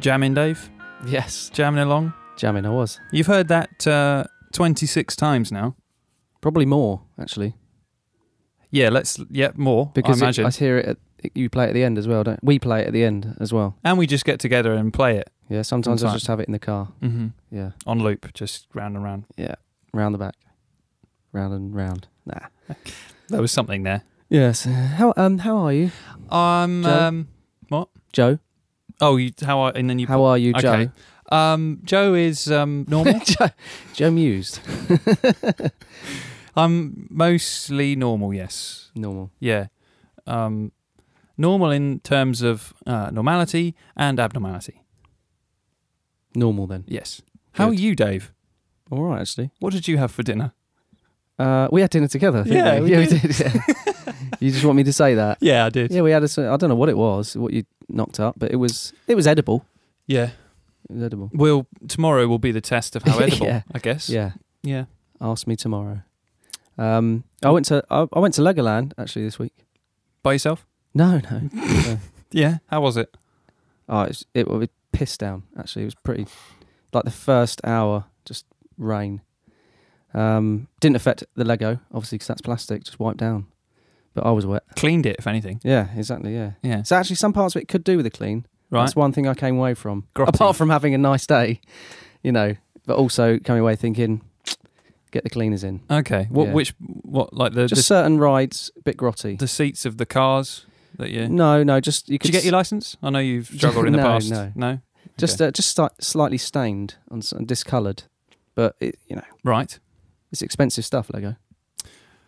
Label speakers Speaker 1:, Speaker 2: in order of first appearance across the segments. Speaker 1: Jamming, Dave?
Speaker 2: Yes,
Speaker 1: Jamming along?
Speaker 2: jamming. I was
Speaker 1: You've heard that uh, 26 times now.
Speaker 2: probably more actually
Speaker 1: Yeah, let's, yeah, more,
Speaker 2: because
Speaker 1: I
Speaker 2: it-
Speaker 1: imagine.
Speaker 2: I hear it. At, it- you play it at the end as well, don't we? Play it at the end as well.
Speaker 1: and we just get together and play it
Speaker 2: Yeah, sometimes I
Speaker 1: Sometimes.
Speaker 2: just have it in the car.
Speaker 1: mm-hmm.
Speaker 2: Yeah,
Speaker 1: on loop, just round and round.
Speaker 2: round the back, round and round. Nah.
Speaker 1: There was something there.
Speaker 2: Yes. How um how are you,
Speaker 1: Um,
Speaker 2: Joe?
Speaker 1: um
Speaker 2: Joe?
Speaker 1: oh, you, how are, and then you,
Speaker 2: How are you, Joe?
Speaker 1: Okay. um, Joe is um, normal.
Speaker 2: Joe, Joe Mused.
Speaker 1: I'm Um, mostly normal, yes.
Speaker 2: Normal.
Speaker 1: Yeah. Um, normal in terms of uh, normality and abnormality.
Speaker 2: Normal then.
Speaker 1: Yes. How are
Speaker 2: Good.
Speaker 1: you, Dave?
Speaker 2: All right, actually.
Speaker 1: What did you have for dinner?
Speaker 2: Uh, we had dinner together. didn't
Speaker 1: Yeah,
Speaker 2: we?
Speaker 1: we
Speaker 2: yeah, we
Speaker 1: did.
Speaker 2: did. Yeah. you just want me to say that?
Speaker 1: Yeah, I did.
Speaker 2: Yeah, we had a. s- I don't know what it was, what you knocked up, but it was it was edible.
Speaker 1: Yeah.
Speaker 2: It was edible.
Speaker 1: Well, tomorrow will be the test of how edible,
Speaker 2: Yeah.
Speaker 1: I guess.
Speaker 2: Yeah.
Speaker 1: Yeah.
Speaker 2: Ask me tomorrow. Um, I went to I, I went to Legoland actually this week.
Speaker 1: By yourself?
Speaker 2: No,
Speaker 1: Hmm.
Speaker 2: no. no.
Speaker 1: Yeah. How was it?
Speaker 2: Oh, it was, it was pissed down. Actually, it was pretty. Like the first hour, just rain. Um, didn't affect the Lego, obviously, because that's plastic. Just wiped down. But I was wet.
Speaker 1: Cleaned it, if anything.
Speaker 2: Yeah, exactly. Yeah.
Speaker 1: Yeah.
Speaker 2: So actually, some parts of it could do with a clean.
Speaker 1: Right.
Speaker 2: That's one thing I came away from.
Speaker 1: Grotty.
Speaker 2: Apart from having a nice day, you know, but also coming away thinking, get the cleaners in.
Speaker 1: Okay. What?
Speaker 2: Yeah.
Speaker 1: Which? What? Like the
Speaker 2: Just certain rides, a bit grotty.
Speaker 1: the, the seats of the cars that you.
Speaker 2: No, no, just you
Speaker 1: Did
Speaker 2: could
Speaker 1: you get your
Speaker 2: s-
Speaker 1: license? I know you've struggled in the
Speaker 2: No,
Speaker 1: past.
Speaker 2: no.
Speaker 1: No.
Speaker 2: just uh, just sli- slightly stained on s- and discoloured, but it, you know
Speaker 1: Right.
Speaker 2: it's expensive stuff. Lego.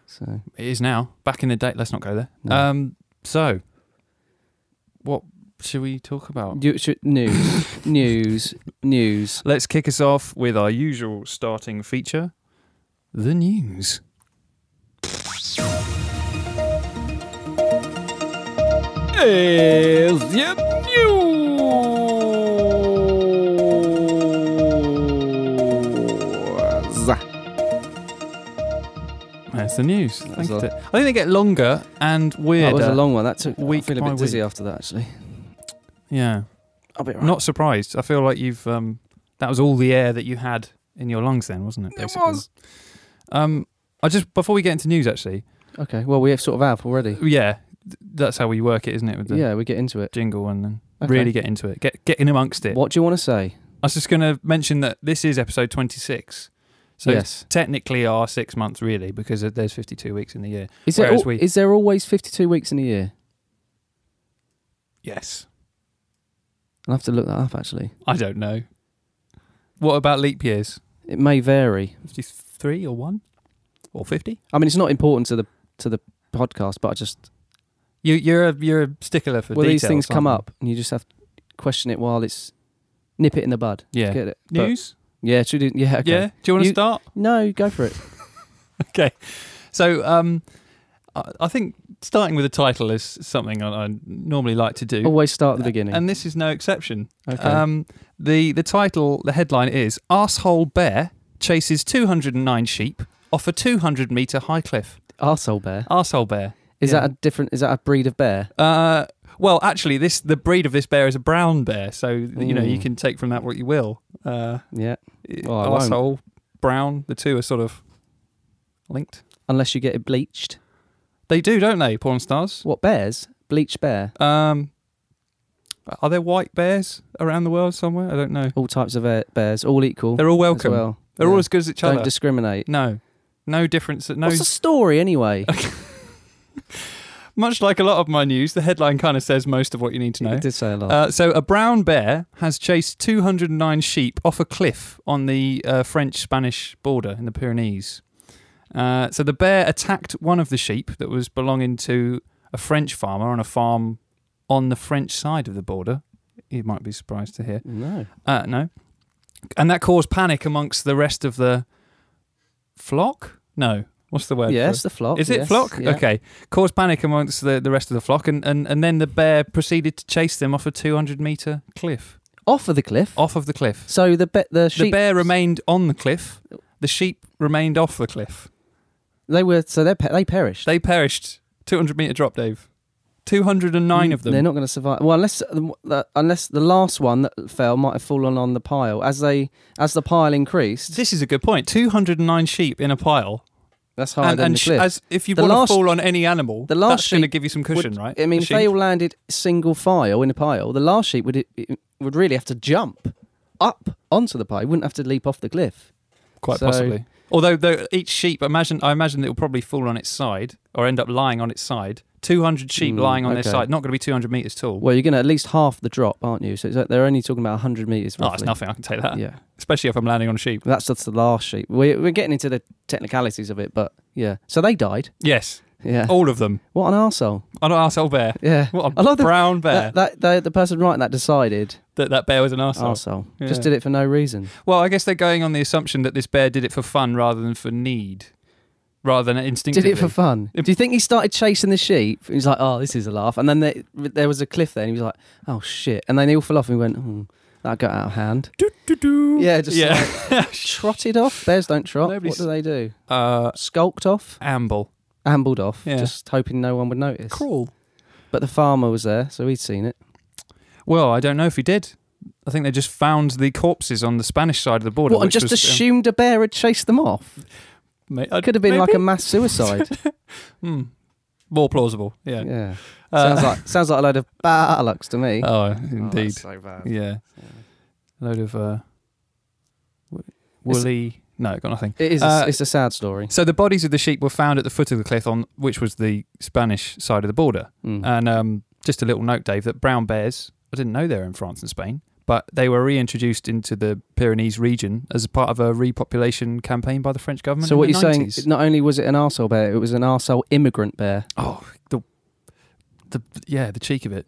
Speaker 2: So
Speaker 1: It is now. Back in the day. Let's not go there.
Speaker 2: No.
Speaker 1: Um. So. What should we talk about?
Speaker 2: you should news, news, news.
Speaker 1: Let's kick us off with our usual starting feature, the news. Is the news. That's the news.
Speaker 2: That
Speaker 1: Thank
Speaker 2: was
Speaker 1: you,
Speaker 2: a-
Speaker 1: Dave. I think they get longer and weirder.
Speaker 2: That was a long one. That took.
Speaker 1: uh, Week
Speaker 2: I feel a
Speaker 1: by
Speaker 2: bit dizzy
Speaker 1: week.
Speaker 2: after that. Actually,
Speaker 1: yeah.
Speaker 2: I'll be right.
Speaker 1: Not surprised. I feel like you've um, that was all the air that you had in your lungs then, wasn't it?
Speaker 2: It
Speaker 1: basically?
Speaker 2: was.
Speaker 1: Um, I just before we get into news, actually,
Speaker 2: okay. Well, we have sort of have already.
Speaker 1: yeah, th- that's how we work it, isn't it? With the
Speaker 2: Yeah, we get into it.
Speaker 1: jingle and then
Speaker 2: Okay.
Speaker 1: really get into it, get get in amongst it.
Speaker 2: What do you want to say?
Speaker 1: I was just going to mention that this is episode twenty six, so it's
Speaker 2: yes.
Speaker 1: technically our six months really because there's fifty two weeks in the year.
Speaker 2: Is there,
Speaker 1: whereas
Speaker 2: al-
Speaker 1: we-
Speaker 2: is there always 52 weeks in a year?
Speaker 1: Yes,
Speaker 2: I'll have to look that up actually.
Speaker 1: I don't know. What about leap years?
Speaker 2: It may vary.
Speaker 1: Fifty three or one or fifty?
Speaker 2: I mean, it's not important to the to the podcast, but I just
Speaker 1: You you're a you're a stickler for
Speaker 2: well, these
Speaker 1: details,
Speaker 2: things come
Speaker 1: aren't
Speaker 2: up, and you just have to question it while it's nip it in the bud.
Speaker 1: you? Yeah.
Speaker 2: Get it? But-
Speaker 1: News?
Speaker 2: yeah, should we do- yeah, okay.
Speaker 1: Yeah. Do you want to
Speaker 2: You-
Speaker 1: start?
Speaker 2: No, go for it.
Speaker 1: So, um, I I think starting with a title is something I, I normally like to do,
Speaker 2: Always start at the beginning.
Speaker 1: and this is no exception.
Speaker 2: okay.
Speaker 1: Uh, Um, the the title, the headline is "Asshole Bear Chases 209 Sheep Off a 200 meter High Cliff."
Speaker 2: Arsehole bear.
Speaker 1: Asshole bear.
Speaker 2: Is
Speaker 1: yeah.
Speaker 2: that a different? Is that a breed of bear?
Speaker 1: Uh, well, actually, this the breed of this bear is a brown bear, so you know you
Speaker 2: Mm.
Speaker 1: can take from that what you will. Uh,
Speaker 2: Yeah. Well, I won't.
Speaker 1: asshole, oh, brown, the two are sort of linked.
Speaker 2: Unless you get it bleached.
Speaker 1: They do, don't they? Porn stars.
Speaker 2: What bears? Bleached bear.
Speaker 1: Um, are there white bears around the world somewhere? I don't know.
Speaker 2: All types of bear- bears, all equal.
Speaker 1: They're all
Speaker 2: as
Speaker 1: welcome.
Speaker 2: well.
Speaker 1: They're
Speaker 2: Yeah.
Speaker 1: all as good as each
Speaker 2: Don't
Speaker 1: other.
Speaker 2: discriminate.
Speaker 1: no, no difference. No,
Speaker 2: What's the story anyway?
Speaker 1: much like a lot of my news, the headline kind of says most of what you need to know.
Speaker 2: It did say a lot.
Speaker 1: Uh, so, a brown bear has chased 209 sheep off a cliff on the uh, French Spanish border in the Pyrenees. Uh, so, the bear attacked one of the sheep that was belonging to a French farmer on a farm on the French side of the border. You might be surprised to hear.
Speaker 2: no.
Speaker 1: Uh, no. And that caused panic amongst the rest of the flock? No. What's the word? for-
Speaker 2: Yes, the flock.
Speaker 1: Is it
Speaker 2: Oh, yes,
Speaker 1: flock?
Speaker 2: yeah.
Speaker 1: Okay. Caused panic amongst the, the rest of the flock. And, and, and then the bear proceeded to chase them off a 200 meter cliff.
Speaker 2: Off of the cliff.
Speaker 1: Off of the cliff.
Speaker 2: So the be- the
Speaker 1: The
Speaker 2: sheep
Speaker 1: bear remained on the cliff. The sheep remained off the cliff.
Speaker 2: They were so they pe- they perished.
Speaker 1: They perished. 200 meter drop, Dave. 209 of them.
Speaker 2: Mm, They're not going to survive. Well, unless um, the, unless the last one that fell might have fallen on the pile as they as the pile increased.
Speaker 1: This is a good point. 209 sheep in a pile.
Speaker 2: That's higher
Speaker 1: and
Speaker 2: than
Speaker 1: and
Speaker 2: the
Speaker 1: sh-
Speaker 2: cliff.
Speaker 1: as if you
Speaker 2: The
Speaker 1: want
Speaker 2: last-
Speaker 1: to fall on any animal,
Speaker 2: the last
Speaker 1: that's going to
Speaker 2: sheep
Speaker 1: give you some cushion, right?
Speaker 2: I mean,
Speaker 1: The
Speaker 2: if they
Speaker 1: sheep.
Speaker 2: all landed single file in a pile, the last sheep would it would really have to jump up onto the pile. It wouldn't have to leap off the cliff.
Speaker 1: quite
Speaker 2: so-
Speaker 1: possibly. Although, though each sheep, imagine I imagine it will probably fall on its side or end up lying on its side. 200 sheep
Speaker 2: Mm,
Speaker 1: lying on
Speaker 2: okay.
Speaker 1: their side, not going to be 200 meters tall.
Speaker 2: Well, you're going to at least half the drop, aren't you? So it's like they're only talking about 100 meters.
Speaker 1: oh, it's
Speaker 2: roughly.
Speaker 1: nothing. I can take that,
Speaker 2: Yeah,
Speaker 1: especially if I'm landing on sheep.
Speaker 2: that's just the last sheep. We're we're getting into the technicalities of it, but yeah. So they died.
Speaker 1: Yes,
Speaker 2: Yeah.
Speaker 1: all of them.
Speaker 2: What an arsehole.
Speaker 1: I'm an arsehole bear.
Speaker 2: Yeah.
Speaker 1: What a
Speaker 2: I love the-
Speaker 1: brown bear.
Speaker 2: That, that, the- the person writing that decided
Speaker 1: That that bear was an arsehole.
Speaker 2: arsehole. Just
Speaker 1: Yeah.
Speaker 2: did it for no reason.
Speaker 1: Well, I guess they're going on the assumption that this bear did it for fun rather than for need, rather than
Speaker 2: Did
Speaker 1: instinctively.
Speaker 2: it for fun.
Speaker 1: If-
Speaker 2: Do you think he started chasing the sheep? He was like, oh, this is a laugh. And then there, there was a cliff there and he was like, oh, shit. And then they all fell off and he went, hmm, that got out of hand.
Speaker 1: Do-do-do.
Speaker 2: Yeah, just
Speaker 1: yeah.
Speaker 2: Trotted off. Bears don't trot.
Speaker 1: Nobody's-
Speaker 2: What do they do?
Speaker 1: uh,
Speaker 2: Skulked off.
Speaker 1: amble,
Speaker 2: Ambled off.
Speaker 1: Yeah.
Speaker 2: Just hoping no one would notice.
Speaker 1: crawl.
Speaker 2: But the farmer was there, so he'd seen it.
Speaker 1: Well, I don't know if he did. I think they just found the corpses on the Spanish side of the border.
Speaker 2: What, and
Speaker 1: which
Speaker 2: just
Speaker 1: was,
Speaker 2: assumed a bear had chased them off?
Speaker 1: um, ma- uh,
Speaker 2: Could have been like
Speaker 1: maybe?
Speaker 2: a mass suicide.
Speaker 1: Hmm. more plausible. Yeah.
Speaker 2: yeah.
Speaker 1: Uh,
Speaker 2: sounds like sounds like a load of bollocks to me.
Speaker 1: oh, indeed.
Speaker 2: so bad.
Speaker 1: yeah. load of uh, wo- woolly. No, got nothing.
Speaker 2: It is.
Speaker 1: Uh,
Speaker 2: it's a sad story.
Speaker 1: So the bodies of the sheep were found at the foot of the cliff on which was the Spanish side of the border.
Speaker 2: Mm.
Speaker 1: And um, just a little note, Dave, that brown bears, I didn't know they were in France and Spain, but they were reintroduced into the Pyrenees region as a part of a repopulation campaign by the French government.
Speaker 2: so
Speaker 1: in
Speaker 2: what
Speaker 1: the
Speaker 2: you're saying?
Speaker 1: 90s.
Speaker 2: Not only was it an arsehole bear, it was an arsehole immigrant bear.
Speaker 1: Oh, the, the yeah, the cheek of it.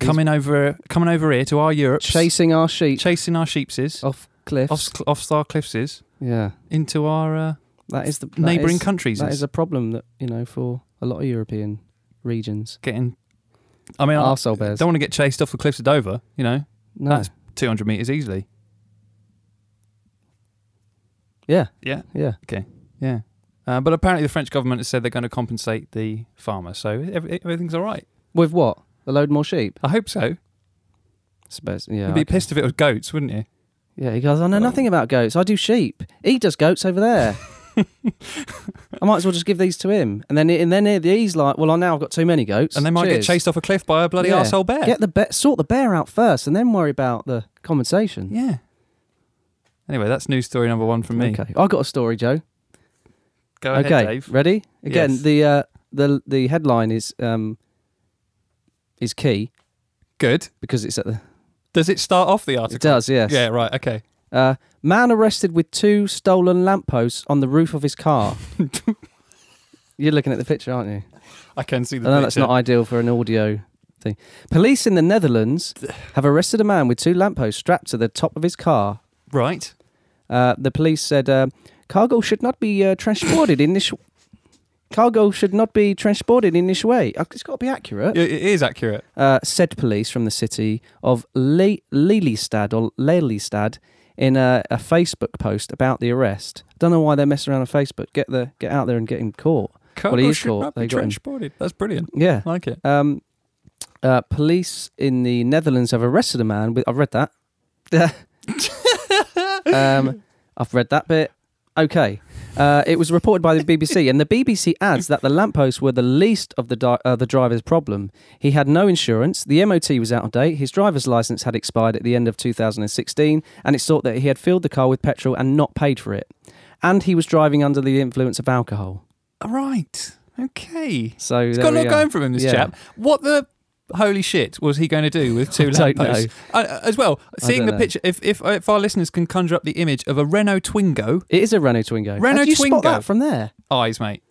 Speaker 1: Coming over, coming over here to our Europe,
Speaker 2: Chasing our sheep
Speaker 1: chasing our sheepses
Speaker 2: off cliffs.
Speaker 1: off off Star Cliffses
Speaker 2: yeah,
Speaker 1: into our uh,
Speaker 2: that is the that
Speaker 1: neighbouring
Speaker 2: is-
Speaker 1: countries.
Speaker 2: That
Speaker 1: It's
Speaker 2: is a problem that you know for a lot of European regions.
Speaker 1: getting. I mean, I
Speaker 2: Arsehole bears.
Speaker 1: don't want to get chased off the cliffs of Dover. You know,
Speaker 2: no.
Speaker 1: that's- 200 meters easily.
Speaker 2: yeah.
Speaker 1: Yeah.
Speaker 2: Yeah.
Speaker 1: Yeah. Uh, but apparently, the French government has said they're going to compensate the farmer, so every, everything's all right.
Speaker 2: With what? A load more sheep.
Speaker 1: I hope so.
Speaker 2: I suppose. Yeah.
Speaker 1: You'd be
Speaker 2: okay.
Speaker 1: pissed if it was goats, wouldn't you?
Speaker 2: Yeah, he goes, I know nothing about goats. I do sheep. He does goats over there. I might as well just give these to him. And then and then he's like, well, I now I've got too many goats.
Speaker 1: And they might
Speaker 2: Cheers.
Speaker 1: get chased off a cliff by a bloody
Speaker 2: Yeah.
Speaker 1: arsehole bear.
Speaker 2: Get the be- sort the bear out first, and then worry about the compensation.
Speaker 1: Yeah. Anyway, that's news story number one from me.
Speaker 2: Okay, I got a story, Joe.
Speaker 1: Go ahead,
Speaker 2: okay,
Speaker 1: Dave.
Speaker 2: ready? Again,
Speaker 1: Yes.
Speaker 2: the uh, the the headline is um is key
Speaker 1: Good.
Speaker 2: because it's at the
Speaker 1: Does it start off the
Speaker 2: it
Speaker 1: article?
Speaker 2: does yes
Speaker 1: Yeah, right. Okay.
Speaker 2: Uh, man arrested with two stolen lampposts on the roof of his car. You're looking at the picture, aren't you?
Speaker 1: I can see the
Speaker 2: I know that's
Speaker 1: picture.
Speaker 2: not ideal for an audio thing. Police in the Netherlands have arrested a man with two lampposts strapped to the top of his car.
Speaker 1: right.
Speaker 2: Uh, the police said uh, cargo should not be uh, transported in this. Cargo should not be transported in this way. Uh, It's got to be accurate.
Speaker 1: Yeah, It is accurate.
Speaker 2: Uh, said police from the city of Le- Lelystad or Lelystad in a, a Facebook post about the arrest. Don't know why they're messing around on Facebook. Get the get out there and get him caught.
Speaker 1: Cargo
Speaker 2: he is
Speaker 1: should
Speaker 2: caught.
Speaker 1: not be
Speaker 2: They got him.
Speaker 1: transported. That's brilliant.
Speaker 2: Yeah.
Speaker 1: I like it.
Speaker 2: Um, uh, police in the Netherlands have arrested a man with. I've read that. um, I've read that bit. Okay. Uh, it was reported by the BBC, and the BBC adds that the lampposts were the least of the di- uh, the driver's problem. He had no insurance, the MOT was out of date, his driver's license had expired at the end of 2016, and it's thought that he had filled the car with petrol and not paid for it. And he was driving under the influence of alcohol.
Speaker 1: All right. Okay.
Speaker 2: So
Speaker 1: He's
Speaker 2: there
Speaker 1: got a
Speaker 2: we
Speaker 1: lot
Speaker 2: are.
Speaker 1: going for him, this
Speaker 2: Yeah.
Speaker 1: chap. What the holy shit was he going to do with two
Speaker 2: I don't
Speaker 1: lampposts? Uh, as well, seeing
Speaker 2: don't
Speaker 1: the
Speaker 2: know.
Speaker 1: picture, if, if if our listeners can conjure up the image of a Renault Twingo,
Speaker 2: It is a Renault Twingo.
Speaker 1: Renault
Speaker 2: How do you
Speaker 1: Twingo.
Speaker 2: spot that from there?
Speaker 1: eyes, mate.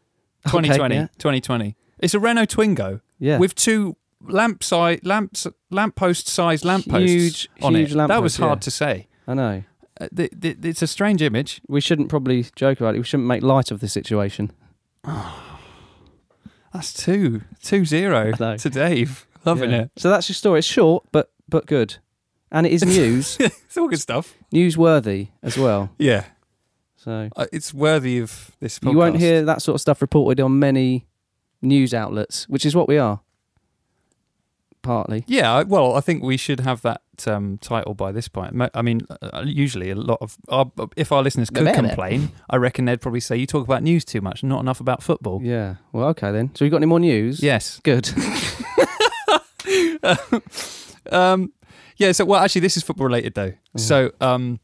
Speaker 2: Okay,
Speaker 1: 2020,
Speaker 2: yeah.
Speaker 1: 2020. It's a Renault Twingo
Speaker 2: Yeah.
Speaker 1: with two lamp si- lamps, lamppost sized lampposts
Speaker 2: Huge-
Speaker 1: on
Speaker 2: huge
Speaker 1: it. that was
Speaker 2: lampposts, yeah.
Speaker 1: hard to say.
Speaker 2: I know.
Speaker 1: Uh, th- th- it's a strange image.
Speaker 2: We shouldn't probably joke about it. We shouldn't make light of the situation.
Speaker 1: That's two, two zero
Speaker 2: I know.
Speaker 1: to Dave. Loving
Speaker 2: Yeah.
Speaker 1: it.
Speaker 2: So that's your story. It's short, but but good, and it is news
Speaker 1: It's all good stuff.
Speaker 2: newsworthy as well.
Speaker 1: Yeah.
Speaker 2: So
Speaker 1: Uh, it's worthy of this podcast.
Speaker 2: you won't hear that sort of stuff reported on many news outlets, which is what we are. partly.
Speaker 1: Yeah, I- well, I think we should have that um, title by this point. Mo- I mean, uh, usually a lot of our, uh, if our listeners could
Speaker 3: Blah, blah, blah.
Speaker 1: complain, I reckon they'd probably say you talk about news too much, not enough about football.
Speaker 2: Yeah. Well, okay then. So we got any more news?
Speaker 1: Yes.
Speaker 2: Good.
Speaker 1: um, yeah. So, well, actually, this is football related though.
Speaker 2: Yeah.
Speaker 1: So, um,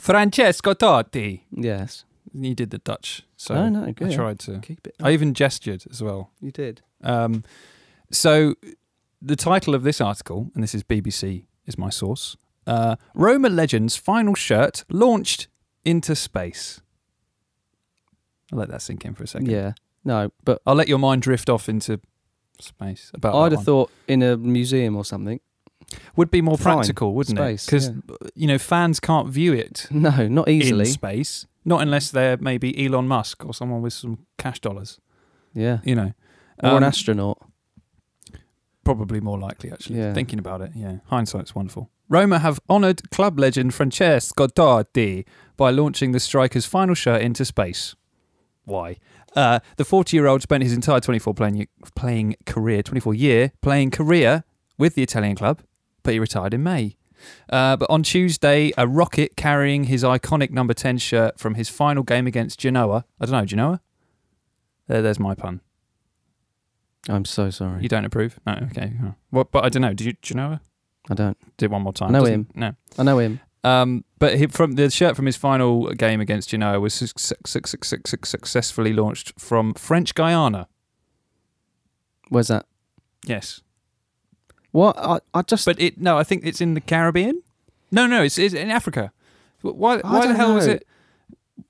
Speaker 1: Francesco Totti,
Speaker 2: yes.
Speaker 1: he did the Dutch. So
Speaker 2: oh no, good.
Speaker 1: I tried to.
Speaker 2: Keep it.
Speaker 1: I even gestured as well.
Speaker 2: you did.
Speaker 1: Um, so, the title of this article, and this is BBC, is my source. Uh, Roma Legends final shirt launched into space. I'll let that sink in for a second.
Speaker 2: Yeah. No, but
Speaker 1: I'll let your mind drift off into space. About
Speaker 2: I'd
Speaker 1: that
Speaker 2: have
Speaker 1: one.
Speaker 2: thought in a museum or something.
Speaker 1: would be more
Speaker 2: Fine.
Speaker 1: practical, wouldn't
Speaker 2: Space,
Speaker 1: it? Because
Speaker 2: yeah.
Speaker 1: you know fans can't view it
Speaker 2: No, not easily.
Speaker 1: in space, not unless they're maybe Elon Musk or someone with some cash dollars.
Speaker 2: yeah.
Speaker 1: You know,
Speaker 2: Or an
Speaker 1: Um,
Speaker 2: astronaut.
Speaker 1: Probably more likely, actually.
Speaker 2: Yeah.
Speaker 1: Thinking about it, yeah. Hindsight's wonderful. Roma have honoured club legend Francesco Totti by launching the striker's final shirt into space. Why? Uh, the 40-year-old spent his entire 24 playing playing career, 24 year playing career with the Italian club, but he retired in May. Uh, but on Tuesday, a rocket carrying his iconic number 10 shirt from his final game against Genoa. I don't know Genoa. There, there's my pun.
Speaker 2: I'm so sorry.
Speaker 1: You don't approve? No, okay. huh. What? But I don't know. Do you, do you know her?
Speaker 2: I don't.
Speaker 1: Did one more time.
Speaker 2: I know
Speaker 1: Doesn't-
Speaker 2: him.
Speaker 1: No.
Speaker 2: I know him.
Speaker 1: Um, but he, from the shirt from his final game against Genoa was su- su- su- su- su- su- successfully launched from French Guyana.
Speaker 2: Where's that?
Speaker 1: Yes,
Speaker 2: What? I, I just.
Speaker 1: but it no, I think it's in the Caribbean. No, no, it's, it's in Africa. Wh- Why?
Speaker 2: I
Speaker 1: Why the
Speaker 2: don't
Speaker 1: hell was
Speaker 2: know.
Speaker 1: it?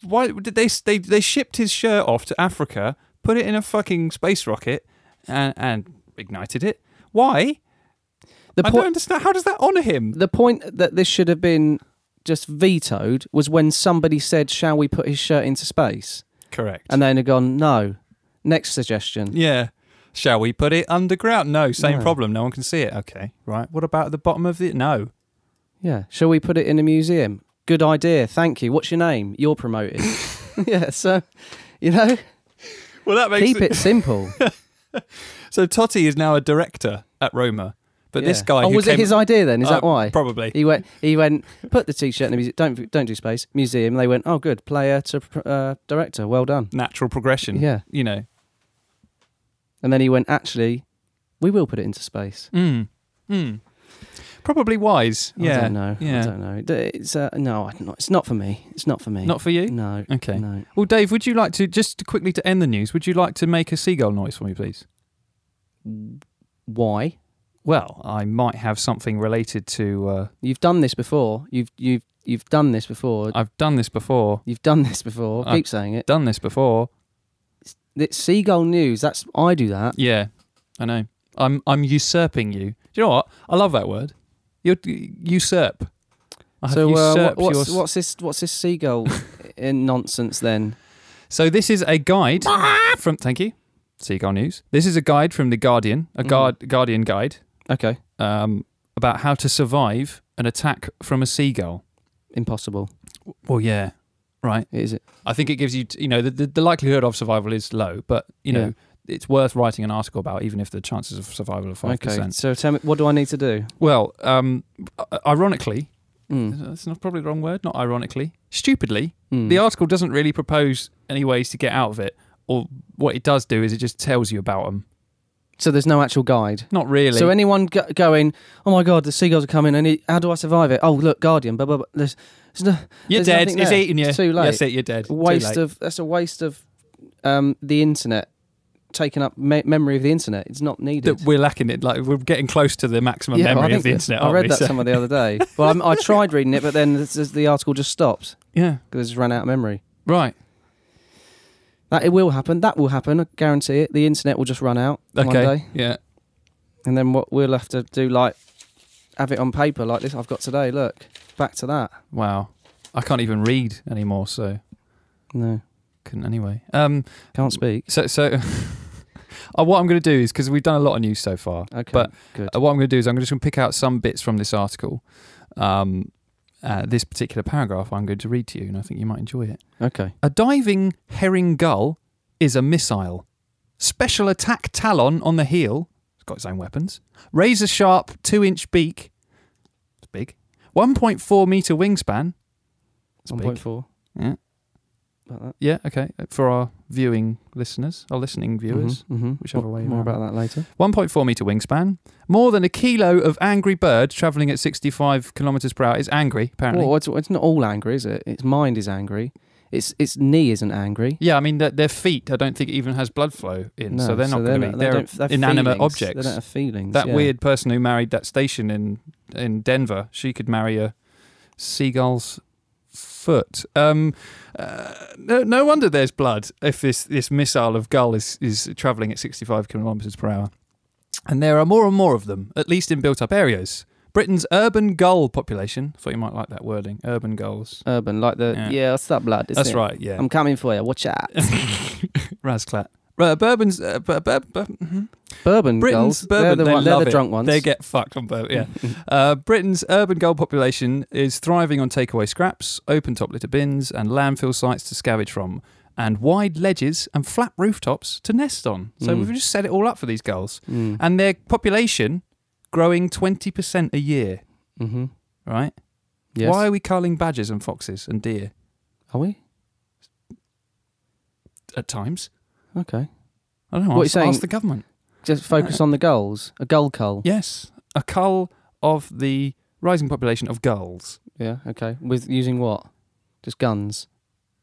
Speaker 1: Why did they they they shipped his shirt off to Africa, put it in a fucking space rocket, and and ignited it? Why?
Speaker 2: the
Speaker 1: I
Speaker 2: point.
Speaker 1: don't understand. How does that honour him?
Speaker 2: the point that this should have been just vetoed was when somebody said, "Shall we put his shirt into space?"
Speaker 1: Correct.
Speaker 2: And then had gone, "No." Next suggestion.
Speaker 1: Yeah. Shall we put it underground? No, same
Speaker 2: No.
Speaker 1: problem. No one can see it. Okay, right. What about at the bottom of the? No.
Speaker 2: Yeah. Shall we put it in a museum? Good idea. Thank you. What's your name? You're promoted. yeah. So, you know,
Speaker 1: Well, that makes
Speaker 2: keep it simple.
Speaker 1: So Totti is now a director at Roma, but this
Speaker 2: Yeah.
Speaker 1: guy.
Speaker 2: Oh,
Speaker 1: who
Speaker 2: was
Speaker 1: came,
Speaker 2: it his idea then? Is that
Speaker 1: Uh,
Speaker 2: why?
Speaker 1: Probably.
Speaker 2: He went. He went. Put the t-shirt in the museum. Don't don't do space museum. They went. Oh, good player to pr- uh, director. Well done.
Speaker 1: Natural progression.
Speaker 2: Yeah.
Speaker 1: You know.
Speaker 2: And then he went. Actually, we will put it into space.
Speaker 1: Mm. Mm. Probably wise. Yeah.
Speaker 2: I don't know.
Speaker 1: Yeah.
Speaker 2: I don't know. D- It's uh, no, I don't know. It's not for me. It's not for me.
Speaker 1: Not for you.
Speaker 2: No.
Speaker 1: Okay.
Speaker 2: No.
Speaker 1: Well, Dave, would you like to just quickly to end the news? Would you like to make a seagull noise for me, please?
Speaker 2: Why?
Speaker 1: Well, I might have something related to. Uh,
Speaker 2: You've done this before. You've you've you've done this before.
Speaker 1: I've done this before.
Speaker 2: You've done this before.
Speaker 1: I-
Speaker 2: Keep saying it.
Speaker 1: Done this before.
Speaker 2: It's seagull news. That's I do that.
Speaker 1: Yeah, I know. I'm I'm usurping you. Do you know what? I love that word. You usurp. I have
Speaker 2: so uh, what,
Speaker 1: usurped
Speaker 2: what's
Speaker 1: your-
Speaker 2: what's this what's this seagull uh, nonsense then?
Speaker 1: So this is a guide from. Thank you. Seagull News. This is a guide from the Guardian, a
Speaker 2: Mm-hmm.
Speaker 1: guard, Guardian guide
Speaker 2: Okay.
Speaker 1: um, about how to survive an attack from a seagull.
Speaker 2: Impossible.
Speaker 1: Well, yeah, right.
Speaker 2: Is it?
Speaker 1: I think it gives you, you know, the, the, the likelihood of survival is low, but you know, it's worth writing an article about, even if the chances of survival are five
Speaker 2: Okay.
Speaker 1: percent.
Speaker 2: So tell me, what do I need to do?
Speaker 1: Well, um, ironically,
Speaker 2: Mm.
Speaker 1: That's not probably the wrong word, not ironically. Stupidly,
Speaker 2: Mm.
Speaker 1: the article doesn't really propose any ways to get out of it, or what it does do is it just tells you about them.
Speaker 2: so there's no actual guide.
Speaker 1: Not really.
Speaker 2: So anyone go- going, oh my god, the seagulls are coming, and he, how do I survive it? Oh look, Guardian, blah blah blah. There's, there's no,
Speaker 1: you're
Speaker 2: there's
Speaker 1: dead.
Speaker 2: nothing
Speaker 1: It's
Speaker 2: there.
Speaker 1: eating you.
Speaker 2: It's too late.
Speaker 1: That's it. You're dead. Too late.
Speaker 2: waste of that's a waste of um, the internet taking up me- memory of the internet. It's not needed.
Speaker 1: That we're lacking it. Like we're getting close to the maximum
Speaker 2: Yeah, well,
Speaker 1: memory
Speaker 2: I
Speaker 1: of the
Speaker 2: think
Speaker 1: internet.
Speaker 2: I
Speaker 1: aren't
Speaker 2: read
Speaker 1: we?
Speaker 2: that
Speaker 1: So-
Speaker 2: somewhere the other day. Well, i I tried reading it, but then this is- the article just stopped
Speaker 1: yeah.
Speaker 2: because it's run out of memory.
Speaker 1: Right.
Speaker 2: That it will happen. That will happen. I guarantee it. The internet will just run out one
Speaker 1: Okay.
Speaker 2: day,
Speaker 1: Yeah.
Speaker 2: and then what we'll have to do, like, have it on paper, like this I've got today. Look, back to that.
Speaker 1: Wow. I can't even read anymore, so
Speaker 2: No,
Speaker 1: couldn't anyway. Um.
Speaker 2: can't speak.
Speaker 1: So so. Uh, what I'm going to do is because we've done a lot of news so far,
Speaker 2: Okay,
Speaker 1: But-
Speaker 2: good.
Speaker 1: Uh, what I'm going to do is I'm just going to pick out some bits from this article. Um, uh, this particular paragraph I'm going to read to you, and I think you might enjoy it.
Speaker 2: Okay.
Speaker 1: A diving herring gull is a missile. Special attack talon on the heel, got its own weapons. Razor sharp two inch beak. It's big. 1.4 meter wingspan. It's
Speaker 2: One
Speaker 1: big.
Speaker 2: point four.
Speaker 1: Yeah.
Speaker 2: About that.
Speaker 1: Yeah, okay. uh, For our viewing listeners, our listening viewers,
Speaker 2: Mhm, mhm.
Speaker 1: whichever
Speaker 2: More-
Speaker 1: way
Speaker 2: More
Speaker 1: around.
Speaker 2: about that later.
Speaker 1: 1.4 meter wingspan. More than a kilo of angry bird traveling at 65 kilometers per hour is angry, apparently.
Speaker 2: Well, it's, it's not all angry, is it? Its mind is angry. Its its knee isn't angry.
Speaker 1: Yeah, I mean their, their feet. I don't think even has blood flow in,
Speaker 2: No,
Speaker 1: so they're not going to be.
Speaker 2: they
Speaker 1: They're,
Speaker 2: don't- they have
Speaker 1: inanimate
Speaker 2: feelings. They
Speaker 1: objects.
Speaker 2: don't have feelings.
Speaker 1: that
Speaker 2: yeah.
Speaker 1: weird person who married that station in in Denver. She could marry a seagull's foot. Um, uh, no, no wonder there's blood if this this missile of gull is is traveling at 65 kilometers per hour. And there are more and more of them, at least in built-up areas. Britain's urban gull population. Thought you might like that wording. Urban gulls.
Speaker 2: urban, like the
Speaker 1: Yeah.
Speaker 2: yeah, it's that blood. Isn't
Speaker 1: That's
Speaker 2: it? Um,
Speaker 1: right. Yeah.
Speaker 2: I'm coming for you. Watch out.
Speaker 1: Razclat. Right, Bourbon's uh, bur- bur- bur- mhm.
Speaker 2: Bourbon
Speaker 1: Britain's
Speaker 2: girls.
Speaker 1: bourbon,
Speaker 2: they're the,
Speaker 1: they
Speaker 2: one- they're
Speaker 1: love
Speaker 2: the
Speaker 1: it.
Speaker 2: drunk ones. Mm.
Speaker 1: They get fucked on both. Yeah. uh, Britain's urban gold population is thriving on takeaway scraps, open top litter bins, and landfill sites to scavenge from, and wide ledges and flat rooftops to nest on. So
Speaker 2: Mm.
Speaker 1: we've just set it all up for these gulls,
Speaker 2: Mm.
Speaker 1: and their population growing twenty percent a year.
Speaker 2: hmm
Speaker 1: Right?
Speaker 2: Yes.
Speaker 1: Why are we culling badgers and foxes and deer
Speaker 2: are we?
Speaker 1: at times?
Speaker 2: Okay.
Speaker 1: I don't know.
Speaker 2: What are you
Speaker 1: ask,
Speaker 2: saying?
Speaker 1: ask the government.
Speaker 2: Just focus on the gulls. A gull cull.
Speaker 1: Yes, a cull of the rising population of gulls,
Speaker 2: Yeah. Okay. With using what? Just guns.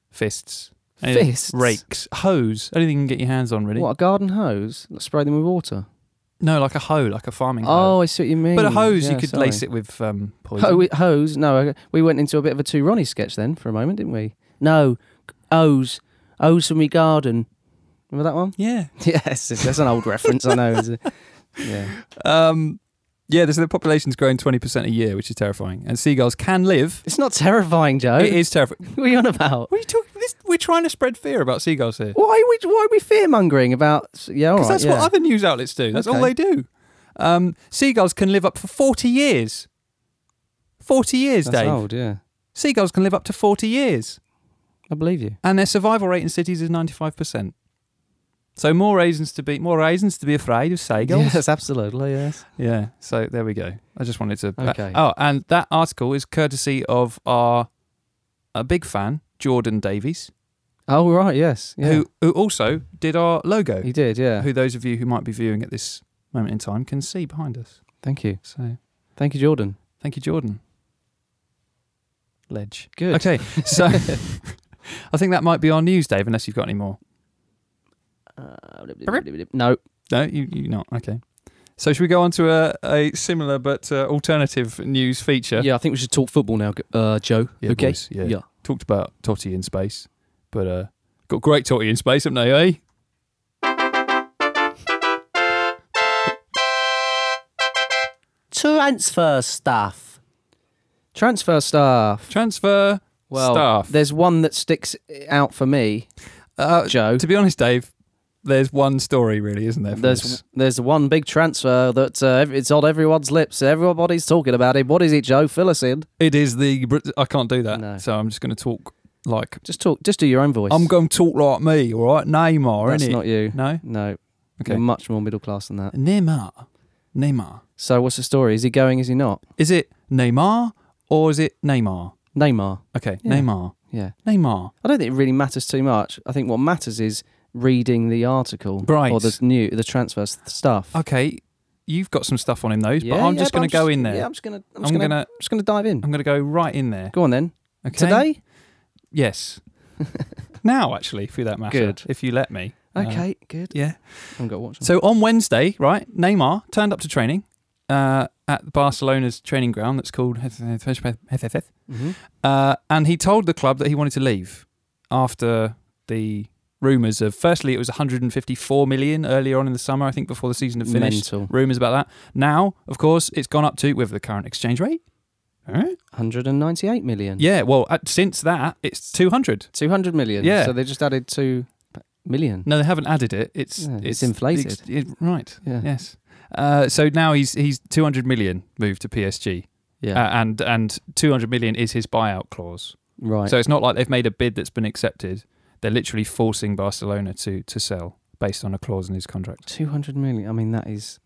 Speaker 1: fists, Uh,
Speaker 2: Fists.
Speaker 1: rakes, hose, anything you can get your hands on, really.
Speaker 2: What a garden hose? Let's spray them with water.
Speaker 1: No, like a hoe, like a farming hoe.
Speaker 2: Oh, I see what you mean.
Speaker 1: but a hose, you
Speaker 2: Yeah,
Speaker 1: could
Speaker 2: sorry.
Speaker 1: lace it with um, poison.
Speaker 2: Ho- hose? No, okay. we went into a bit of a two Ronnie sketch then for a moment, didn't we? No, hose, hose from me garden. Remember that one?
Speaker 1: yeah.
Speaker 2: Yes, it's- that's an old reference. I know. is it? Yeah.
Speaker 1: Um, yeah, there's the population's growing 20% a year, which is terrifying. And seagulls can live.
Speaker 2: It's not terrifying, Joe.
Speaker 1: It is terrifying.
Speaker 2: What are you on about?
Speaker 1: What are you talking this, We're trying to spread fear about seagulls here.
Speaker 2: Why are we, why are we fear mongering about? Yeah, all
Speaker 1: Because
Speaker 2: right.
Speaker 1: that's
Speaker 2: yeah.
Speaker 1: what other news outlets do. That's all
Speaker 2: Okay.
Speaker 1: they do. Um, seagulls can live up for 40 years. 40 years,
Speaker 2: That's
Speaker 1: Dave.
Speaker 2: old, yeah.
Speaker 1: Seagulls can live up to 40 years,
Speaker 2: I believe you.
Speaker 1: and their survival rate in cities is 95%. So more reasons to be more reasons to be afraid of seagulls.
Speaker 2: Yes, absolutely. Yes.
Speaker 1: Yeah. So there we go. I just wanted to.
Speaker 2: Okay.
Speaker 1: oh, and that article is courtesy of our a big fan Jordan Davies,
Speaker 2: Oh right. Yes. Yeah.
Speaker 1: who who also did our logo.
Speaker 2: He did. Yeah.
Speaker 1: Who those of you who might be viewing at this moment in time can see behind us.
Speaker 2: Thank you.
Speaker 1: So
Speaker 2: Thank you, Jordan.
Speaker 1: thank you, Jordan. Ledge.
Speaker 2: Good.
Speaker 1: Okay. So I think that might be our news, Dave. Unless you've got any more.
Speaker 2: Uh, no.
Speaker 1: No, you you not. Okay. So should we go on to a, a similar but uh, alternative news feature?
Speaker 2: Yeah, I think we should talk football now, uh, Joe.
Speaker 1: Yeah,
Speaker 2: okay.
Speaker 1: boys, yeah. Talked about Totti in space, but uh, got great Totti in space, haven't they? Eh?
Speaker 3: transfer stuff.
Speaker 2: Transfer staff.
Speaker 1: Transfer
Speaker 2: Well,
Speaker 1: staff.
Speaker 2: there's one that sticks out for me,
Speaker 1: Uh,
Speaker 2: Joe.
Speaker 1: to be honest, Dave, there's one story really, isn't there? for
Speaker 2: There's
Speaker 1: this?
Speaker 2: there's one big transfer that uh, ev- it's on everyone's lips. Everybody's talking about it. What is it, Joe? Fill us in.
Speaker 1: It is the Brit- I can't do that,
Speaker 2: No.
Speaker 1: so I'm just going to talk like
Speaker 2: Just talk. Just do your own voice.
Speaker 1: I'm going to talk like me, all right? Neymar,
Speaker 2: That's
Speaker 1: innit?
Speaker 2: not you.
Speaker 1: no,
Speaker 2: No.
Speaker 1: Okay.
Speaker 2: You're much more middle class than that.
Speaker 1: Neymar, Neymar.
Speaker 2: So what's the story? Is he going? Is he not?
Speaker 1: Is it Neymar or is it Neymar?
Speaker 2: Neymar.
Speaker 1: Okay,
Speaker 2: Yeah.
Speaker 1: Neymar,
Speaker 2: Yeah.
Speaker 1: Neymar.
Speaker 2: I don't think it really matters too much. I think what matters is reading the article
Speaker 1: Right.
Speaker 2: or the new the transfer s- stuff.
Speaker 1: Okay, you've got some stuff on him those,
Speaker 2: Yeah,
Speaker 1: but I'm
Speaker 2: yeah,
Speaker 1: just
Speaker 2: but
Speaker 1: going to go
Speaker 2: just-
Speaker 1: in there.
Speaker 2: Yeah, I'm just gonna. I'm
Speaker 1: I'm,
Speaker 2: just
Speaker 1: going
Speaker 2: gonna.
Speaker 1: to
Speaker 2: I'm just gonna dive in.
Speaker 1: I'm going to go right in there.
Speaker 2: Go on then.
Speaker 1: Okay.
Speaker 2: Today.
Speaker 1: Yes. now, actually, for that matter,
Speaker 2: Good.
Speaker 1: if you let me. Uh,
Speaker 2: Okay. Good.
Speaker 1: yeah.
Speaker 2: I'm gonna watch. 'em.
Speaker 1: So on Wednesday, right, Neymar turned up to training uh, at Barcelona's training ground that's called FFF.
Speaker 2: Mhm.
Speaker 1: Uh, and he told the club that he wanted to leave after the rumours of, firstly, it was 154 million earlier on in the summer, I think, before the season had finished.
Speaker 2: Mental.
Speaker 1: Rumours about that. Now, of course, it's gone up to, with the current exchange rate. All right.
Speaker 2: 198 million.
Speaker 1: Yeah, well, uh, since that, it's 200.
Speaker 2: 200 million.
Speaker 1: Yeah.
Speaker 2: So they just added two p- million.
Speaker 1: No, they haven't added it. It's
Speaker 2: Yeah, it's inflated.
Speaker 1: it's- it- right.
Speaker 2: Yeah.
Speaker 1: Yes. Uh, so now he's he's 200 million moved to PSG,
Speaker 2: Yeah.
Speaker 1: uh, and and 200 million is his buyout clause.
Speaker 2: right.
Speaker 1: So it's not like they've made a bid that's been accepted. They're literally forcing Barcelona to to sell based on a clause in his contract.
Speaker 2: 200 million. I mean, that is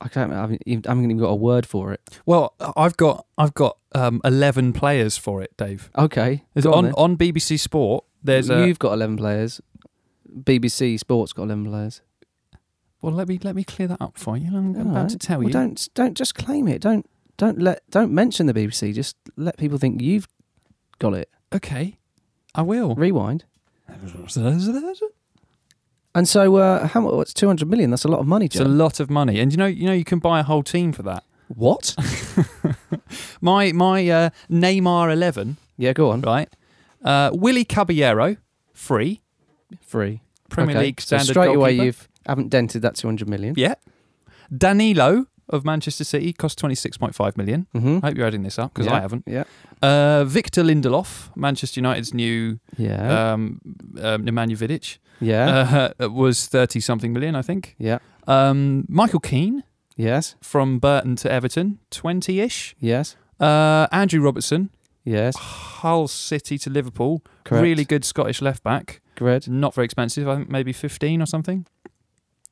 Speaker 2: I can't. I haven't even, I haven't even got a word for it.
Speaker 1: Well, I've got I've got um, eleven players for it, Dave.
Speaker 2: Okay,
Speaker 1: There's
Speaker 2: go
Speaker 1: on
Speaker 2: then.
Speaker 1: on BBC Sport. There's a
Speaker 2: You've got eleven players. BBC Sports got eleven players.
Speaker 1: well. Let me let me clear that up for you. I'm about
Speaker 2: Alright.
Speaker 1: to tell
Speaker 2: Well,
Speaker 1: Oh, you.
Speaker 2: don't don't just claim it. Don't don't let don't mention the BBC. Just let people think you've got it.
Speaker 1: Okay, I will.
Speaker 2: Rewind. And so, uh, how much? What's two hundred million? That's a lot of money,
Speaker 1: It's a
Speaker 2: Joe.
Speaker 1: lot of money, and you know you know you can buy a whole team for that.
Speaker 2: what?
Speaker 1: My my uh, Neymar eleven,
Speaker 2: yeah, go on.
Speaker 1: right? Uh, Willie Caballero, free
Speaker 2: Free.
Speaker 1: Premier
Speaker 2: Okay,
Speaker 1: League
Speaker 2: so
Speaker 1: standard
Speaker 2: straight away
Speaker 1: goalkeeper.
Speaker 2: you haven't dented that 200 million
Speaker 1: Yeah. Danilo of Manchester City cost 26.5 million.
Speaker 2: mm-hmm.
Speaker 1: I hope you're adding this up because
Speaker 2: Yeah.
Speaker 1: I haven't.
Speaker 2: yeah
Speaker 1: Uh, Victor Lindelof, Manchester United's new
Speaker 2: yeah
Speaker 1: um, um, Nemanja Vidic,
Speaker 2: yeah
Speaker 1: uh, was 30 something million, I think.
Speaker 2: yeah
Speaker 1: Um, Michael Keane
Speaker 2: yes
Speaker 1: from Burton to Everton, 20 ish.
Speaker 2: yes
Speaker 1: Uh, Andrew Robertson,
Speaker 2: yes
Speaker 1: Hull City to Liverpool.
Speaker 2: correct
Speaker 1: Really good Scottish left back.
Speaker 2: correct
Speaker 1: Not very expensive, I think maybe 15 or something.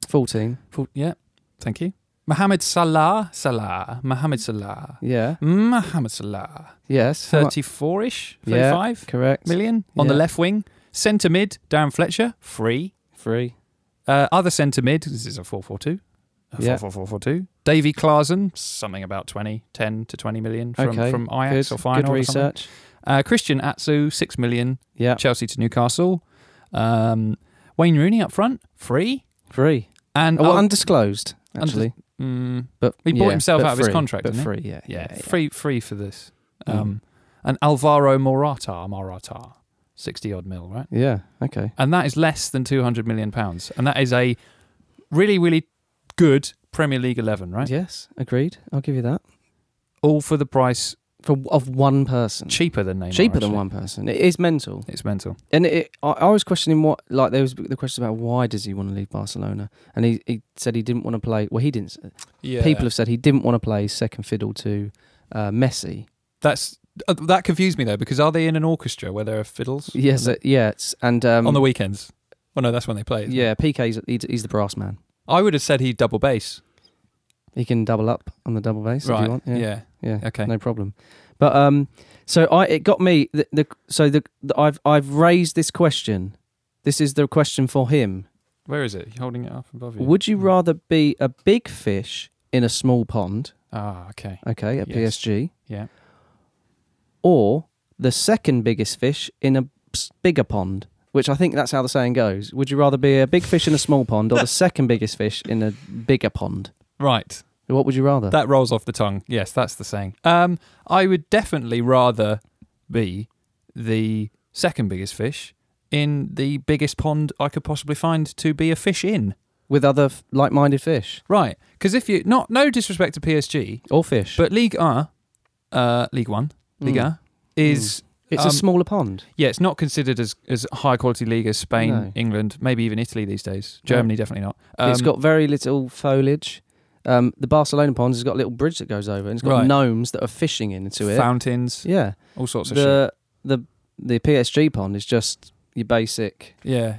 Speaker 2: 14
Speaker 1: Full- Yeah, thank you. Mohamed Salah, Salah, Mohamed Salah,
Speaker 2: yeah
Speaker 1: Mohamed Salah,
Speaker 2: yes How mu-
Speaker 1: 34 ish,
Speaker 2: Yeah.
Speaker 1: 35
Speaker 2: correct
Speaker 1: million on the
Speaker 2: Yeah.
Speaker 1: left wing. Centre mid, Darren Fletcher, free.
Speaker 2: free
Speaker 1: Uh, other centre mid, this is a 4 4 2.
Speaker 2: Yeah.
Speaker 1: 4 4 4 2. Davy Klaassen, something about 20, 10 to 20 million from,
Speaker 2: Okay,
Speaker 1: from Ajax
Speaker 2: good,
Speaker 1: or Feyenoord
Speaker 2: good
Speaker 1: or something.
Speaker 2: research
Speaker 1: Uh, Christian Atsu, 6 million,
Speaker 2: yeah
Speaker 1: Chelsea to Newcastle. Um, Wayne Rooney up front, free.
Speaker 2: free
Speaker 1: And
Speaker 2: oh, well,
Speaker 1: oh,
Speaker 2: undisclosed
Speaker 1: Undis-
Speaker 2: actually
Speaker 1: mm,
Speaker 2: but
Speaker 1: He bought
Speaker 2: yeah,
Speaker 1: himself
Speaker 2: but
Speaker 1: out of his
Speaker 2: free,
Speaker 1: contract,
Speaker 2: but
Speaker 1: didn't he?
Speaker 2: free yeah
Speaker 1: yeah,
Speaker 2: yeah,
Speaker 1: free free for this.
Speaker 2: Mm.
Speaker 1: Um, and Alvaro Morata, Morata, sixty odd mil, right?
Speaker 2: yeah. yeah okay
Speaker 1: And that is less than two hundred million pounds, and that is a really really good Premier League eleven, right?
Speaker 2: yes agreed I'll give you that
Speaker 1: All for the price
Speaker 2: for of one person
Speaker 1: cheaper than Neymar.
Speaker 2: cheaper than
Speaker 1: actually.
Speaker 2: one person it is mental
Speaker 1: It's mental.
Speaker 2: And it, I, I was questioning what, like, there was the question about why does he want to leave Barcelona, and he, he said he didn't want to play. Well, he didn't. s
Speaker 1: Yeah,
Speaker 2: People have said he didn't want to play second fiddle to uh, Messi.
Speaker 1: that's uh, that confused me though because are they in an orchestra where there are fiddles?
Speaker 2: Yes, uh, yeah, it's, and um,
Speaker 1: on the weekends. Oh no, that's when they play. isn't it?
Speaker 2: yeah, PK's he's, he's the brass man.
Speaker 1: I would have said he double bass.
Speaker 2: He can double up on the double bass if
Speaker 1: Right.
Speaker 2: you want.
Speaker 1: yeah.
Speaker 2: yeah, yeah.
Speaker 1: Okay.
Speaker 2: no problem. But um, so I it got me the, the so the, the I've I've raised this question. This is the question for him.
Speaker 1: Where is it? You holding it up above you?
Speaker 2: Would you
Speaker 1: Mm.
Speaker 2: rather be a big fish in a small pond?
Speaker 1: Ah, okay.
Speaker 2: Okay, at
Speaker 1: Yes.
Speaker 2: PSG.
Speaker 1: Yeah.
Speaker 2: or the second biggest fish in a s- bigger pond, which I think that's how the saying goes. Would you rather be a big fish in a small pond or the second biggest fish in a bigger pond?
Speaker 1: Right.
Speaker 2: What would you rather?
Speaker 1: That rolls off the tongue. Yes, that's the saying. Um, I would definitely rather be the second biggest fish in the biggest pond I could possibly find to be a fish in.
Speaker 2: With other f- like-minded fish
Speaker 1: Right, because if you not no disrespect to PSG,
Speaker 2: or fish?
Speaker 1: but League R, uh, League One,
Speaker 2: Mm.
Speaker 1: League R is
Speaker 2: it's
Speaker 1: um,
Speaker 2: a smaller pond.
Speaker 1: yeah, it's not considered as as high quality league as Spain,
Speaker 2: No.
Speaker 1: England, maybe even Italy these days.
Speaker 2: No.
Speaker 1: Germany definitely not. Um,
Speaker 2: it's got very little foliage. Um, the Barcelona pond has got a little bridge that goes over, and it's got
Speaker 1: Right.
Speaker 2: gnomes that are fishing into it.
Speaker 1: fountains,
Speaker 2: yeah,
Speaker 1: all sorts of shit.
Speaker 2: the the the PSG pond is just your basic.
Speaker 1: Yeah,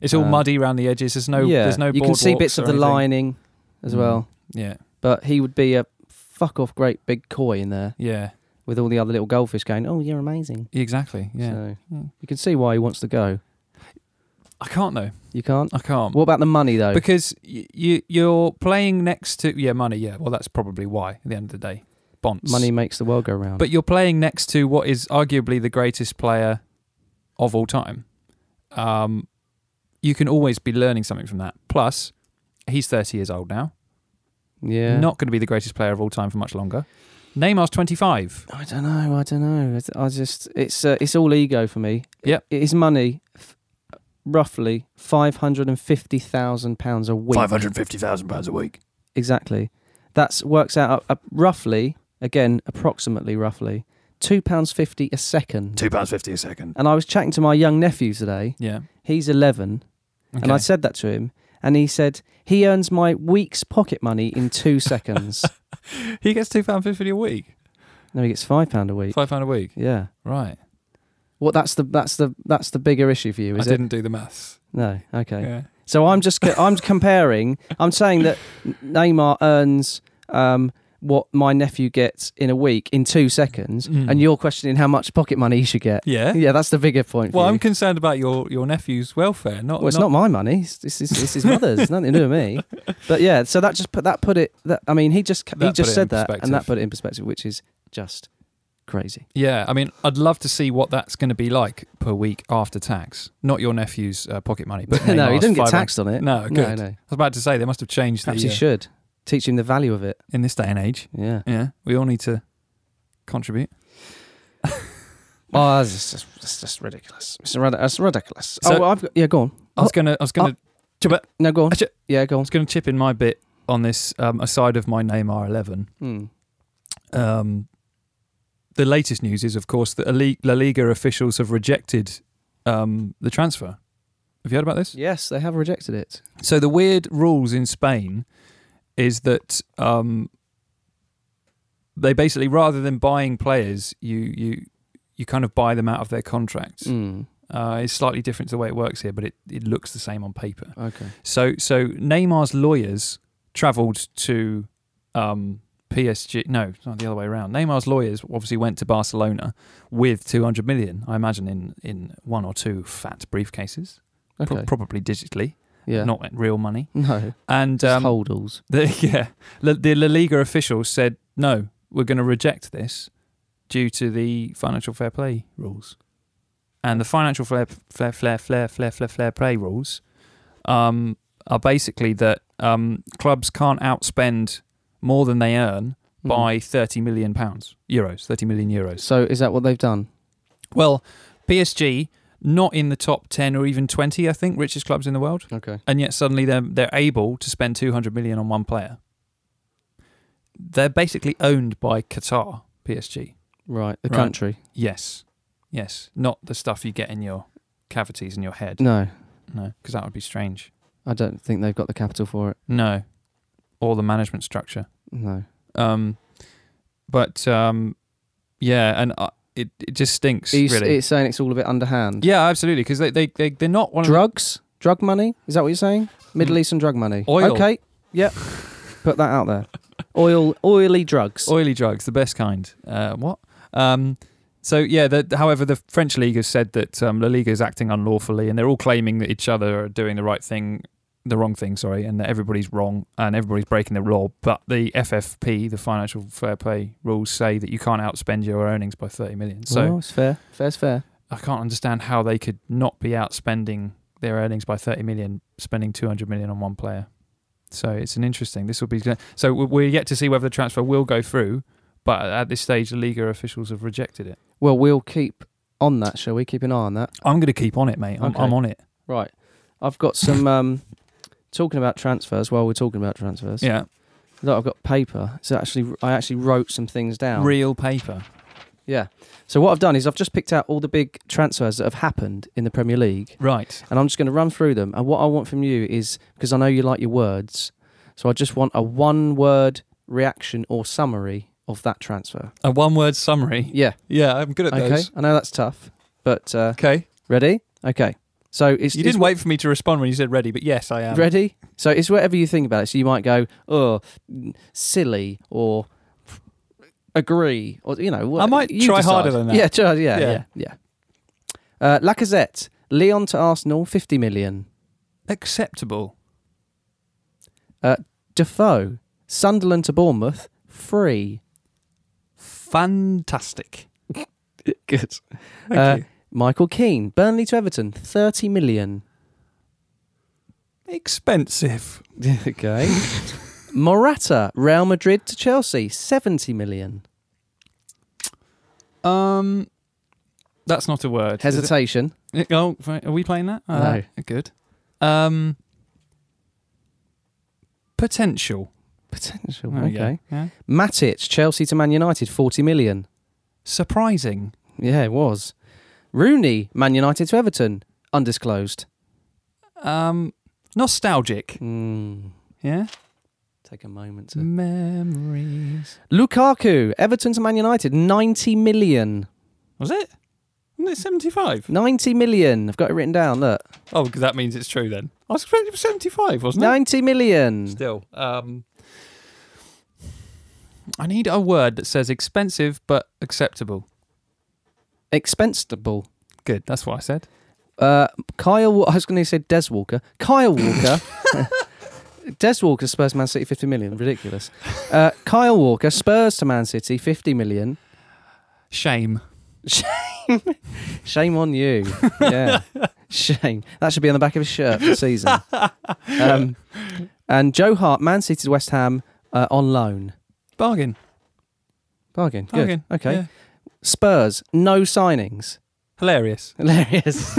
Speaker 1: it's all
Speaker 2: Um,
Speaker 1: muddy around the edges. There's no
Speaker 2: yeah,
Speaker 1: there's no.
Speaker 2: you can see
Speaker 1: boardwalks
Speaker 2: bits of
Speaker 1: or
Speaker 2: the
Speaker 1: anything.
Speaker 2: lining as
Speaker 1: Mm.
Speaker 2: well.
Speaker 1: Yeah.
Speaker 2: but he would be a fuck off great big koi in there
Speaker 1: Yeah,
Speaker 2: with all the other little goldfish going, oh, you're amazing.
Speaker 1: exactly. Yeah,
Speaker 2: So
Speaker 1: Mm.
Speaker 2: you can see why he wants to go.
Speaker 1: I can't though.
Speaker 2: You can't.
Speaker 1: I can't
Speaker 2: What about the money though?
Speaker 1: because y- you you're playing next to yeah money. Yeah, well that's probably why at the end of the day, Bonds
Speaker 2: money makes the world go round.
Speaker 1: But you're playing next to what is arguably the greatest player of all time. Um, you can always be learning something from that. Plus, he's 30 years old now.
Speaker 2: yeah,
Speaker 1: Not going to be the greatest player of all time for much longer. Neymar's 25.
Speaker 2: I don't know. I don't know. I I just it's uh, it's all ego for me.
Speaker 1: Yep.
Speaker 2: It is money. F- roughly five hundred and fifty thousand pounds a week.
Speaker 1: fifty thousand pounds a week.
Speaker 2: Exactly. That's works out uh, roughly again, approximately roughly two pounds fifty a second.
Speaker 1: pounds fifty a second.
Speaker 2: And I was chatting to my young nephew today.
Speaker 1: Yeah.
Speaker 2: He's eleven,
Speaker 1: Okay.
Speaker 2: And I said that to him, and he said, He earns my week's pocket money in two seconds.
Speaker 1: he gets two pound fifty a week.
Speaker 2: no, he gets five pound a week.
Speaker 1: Five pound a week.
Speaker 2: Yeah.
Speaker 1: Right.
Speaker 2: Well that's the that's the that's the bigger issue for you, is
Speaker 1: I
Speaker 2: it?
Speaker 1: didn't do the maths.
Speaker 2: No, okay.
Speaker 1: Yeah.
Speaker 2: So I'm just co- I'm comparing. I'm saying that Neymar earns um, what my nephew gets in a week in two seconds,
Speaker 1: Mm.
Speaker 2: and you're questioning how much pocket money he should get.
Speaker 1: Yeah.
Speaker 2: Yeah, that's the bigger point. for
Speaker 1: Well,
Speaker 2: you.
Speaker 1: I'm concerned about your, your nephew's welfare. Not,
Speaker 2: well, it's not, my money. It's, this is this is mother's. It's nothing to do with me. But yeah, so that just put that put it. That I mean, he just
Speaker 1: That
Speaker 2: he
Speaker 1: put it
Speaker 2: just
Speaker 1: in
Speaker 2: said that, and that
Speaker 1: perspective.
Speaker 2: put it in perspective, which is just crazy.
Speaker 1: Yeah, I mean, I'd love to see what that's going to be like per week after tax. Not your nephew's uh, pocket money, but
Speaker 2: no, he
Speaker 1: Neymar's
Speaker 2: didn't get
Speaker 1: five
Speaker 2: taxed on it.
Speaker 1: No,
Speaker 2: no,
Speaker 1: good. I
Speaker 2: no.
Speaker 1: was about to say they must have changed the,
Speaker 2: Perhaps he
Speaker 1: uh,
Speaker 2: should teach him the value of it.
Speaker 1: in this day and age.
Speaker 2: Yeah.
Speaker 1: Yeah, we all need to contribute.
Speaker 2: Oh, it's just, it's just ridiculous. It's, rad- it's ridiculous.
Speaker 1: So-
Speaker 2: oh, well, I've got, yeah, go on.
Speaker 1: I was gonna, I was gonna, I
Speaker 2: No, go on.
Speaker 1: Actually-
Speaker 2: yeah, go on.
Speaker 1: was gonna chip in my bit on this um, aside of my Neymar eleven.
Speaker 2: Mm.
Speaker 1: Um, the latest news is, of course, that Ali- La Liga officials have rejected um, the transfer. Have you heard about this?
Speaker 2: Yes, they have rejected it.
Speaker 1: So the weird rules in Spain is that um, they basically, rather than buying players, you you you kind of buy them out of their contracts.
Speaker 2: Mm.
Speaker 1: Uh, it's slightly different to the way it works here, but it, it looks the same on paper.
Speaker 2: Okay.
Speaker 1: So so Neymar's lawyers travelled to um, PSG. No, it's not the other way around. Neymar's lawyers obviously went to Barcelona with 200 million, I imagine, in in one or two fat briefcases,
Speaker 2: Okay.
Speaker 1: Pro- probably digitally,
Speaker 2: yeah.
Speaker 1: not real money.
Speaker 2: no.
Speaker 1: And
Speaker 2: Just
Speaker 1: um,
Speaker 2: holdalls.
Speaker 1: the, yeah, La, the La Liga officials said no, we're going to reject this due to the financial fair play rules, and the financial fair fair fair fair fair fair, fair play rules um, are basically that um, clubs can't outspend more than they earn
Speaker 2: Mm.
Speaker 1: by thirty million pounds euros, thirty million euros.
Speaker 2: So is that what they've done?
Speaker 1: Well, PSG not in the top ten or even twenty, I think, richest clubs in the world
Speaker 2: Okay.
Speaker 1: and yet suddenly they're they're able to spend 200 million on one player. They're basically owned by Qatar, PSG.
Speaker 2: Right. The
Speaker 1: Right.
Speaker 2: country.
Speaker 1: Yes, yes, not the stuff you get in your cavities in your head.
Speaker 2: No,
Speaker 1: No, because that would be strange.
Speaker 2: I don't think they've got the capital for it.
Speaker 1: No, or the management structure.
Speaker 2: No.
Speaker 1: Um, but um, yeah, and uh, it it just stinks.
Speaker 2: He's,
Speaker 1: really,
Speaker 2: It's saying it's all a bit underhand.
Speaker 1: yeah, absolutely. Because they they they they're not one of the-
Speaker 2: Drugs? Drug money? Is that what you're saying? Middle
Speaker 1: Mm.
Speaker 2: Eastern drug money.
Speaker 1: Oil.
Speaker 2: Okay. Yep. Put that out there. Oil, oily drugs.
Speaker 1: oily drugs, the best kind. Uh, what? Um, so yeah. The, however, the French league has said that um, La Liga is acting unlawfully, and they're all claiming that each other are doing the right thing, the wrong thing, sorry, and that everybody's wrong and everybody's breaking the law. But the FFP, the Financial Fair Play rules, say that you can't outspend your earnings by thirty million. So
Speaker 2: Well, it's fair. Fair's fair.
Speaker 1: I can't understand how they could not be outspending their earnings by 30 million, spending 200 million on one player. So it's an interesting. This will be so we- we're yet to see whether the transfer will go through, but at this stage, the Liga officials have rejected it.
Speaker 2: Well, we'll keep on that, shall we? Keep an eye on that.
Speaker 1: I'm going to keep on it, mate. I'm,
Speaker 2: Okay.
Speaker 1: I'm on it.
Speaker 2: Right. I've got some um talking about transfers while we're talking about transfers.
Speaker 1: Yeah,
Speaker 2: Look, I've got paper. So actually I actually wrote some things down.
Speaker 1: real paper.
Speaker 2: yeah. So what I've done is I've just picked out all the big transfers that have happened in the Premier League
Speaker 1: Right.
Speaker 2: and I'm just going to run through them. And what I want from you is because I know you like your words. So I just want a one word reaction or summary of that transfer.
Speaker 1: A one-word summary.
Speaker 2: Yeah.
Speaker 1: Yeah, I'm good at
Speaker 2: Okay.
Speaker 1: those.
Speaker 2: I know that's tough, but uh
Speaker 1: Okay.
Speaker 2: ready? Okay. So it's
Speaker 1: You
Speaker 2: it's
Speaker 1: didn't wait for me to respond when you said ready, but yes, I am.
Speaker 2: Ready? So it's whatever you think about it. So you might go, oh, mm, silly, or agree, or you know. wha-
Speaker 1: I might
Speaker 2: you
Speaker 1: try
Speaker 2: decide.
Speaker 1: harder than that.
Speaker 2: Yeah, try, yeah,
Speaker 1: Yeah.
Speaker 2: yeah, yeah. Uh, Lacazette, Leon to Arsenal, fifty million.
Speaker 1: Acceptable.
Speaker 2: Defoe, Sunderland to Bournemouth, free.
Speaker 1: Fantastic.
Speaker 2: Good.
Speaker 1: Thank
Speaker 2: Uh,
Speaker 1: you.
Speaker 2: Michael Keane, Burnley to Everton, thirty million.
Speaker 1: Expensive.
Speaker 2: okay. Morata, Real Madrid to Chelsea, seventy million.
Speaker 1: Um, that's not a word. Is it?
Speaker 2: Hesitation.
Speaker 1: Oh, right, are we playing that? Uh,
Speaker 2: No.
Speaker 1: Good. Um, potential.
Speaker 2: Potential.
Speaker 1: There we go.
Speaker 2: Okay.
Speaker 1: Yeah.
Speaker 2: Matic, Chelsea to Man United, forty million.
Speaker 1: Surprising.
Speaker 2: Yeah, it was. Rooney, Man United to Everton, undisclosed.
Speaker 1: Um, nostalgic. Yeah.
Speaker 2: Hmm, Take a moment to.
Speaker 1: Memories.
Speaker 2: Lukaku, Everton to Man United, 90 million.
Speaker 1: Was it? Isn't it 75?
Speaker 2: 90 million. I've got it written down. Look,
Speaker 1: Oh, because that means it's true then. I was expecting it was 75, wasn't it?
Speaker 2: 90 million.
Speaker 1: Still. Um, I need a word that says expensive but acceptable.
Speaker 2: Expensible.
Speaker 1: Good, that's what I said.
Speaker 2: Uh, Kyle. Wa- I was going to say Des Walker. Kyle Walker. Des Walker Spurs Man City 50 million. Ridiculous. Uh, Kyle Walker Spurs to Man City 50 million.
Speaker 1: Shame.
Speaker 2: Shame on you. Yeah. Shame. That should be on the back of his shirt for the season. Um, and Joe Hart, Man City to West Ham uh, on loan.
Speaker 1: Bargain.
Speaker 2: Bargain. Good.
Speaker 1: Bargain.
Speaker 2: Okay.
Speaker 1: Yeah.
Speaker 2: Spurs, no signings.
Speaker 1: Hilarious.
Speaker 2: Hilarious.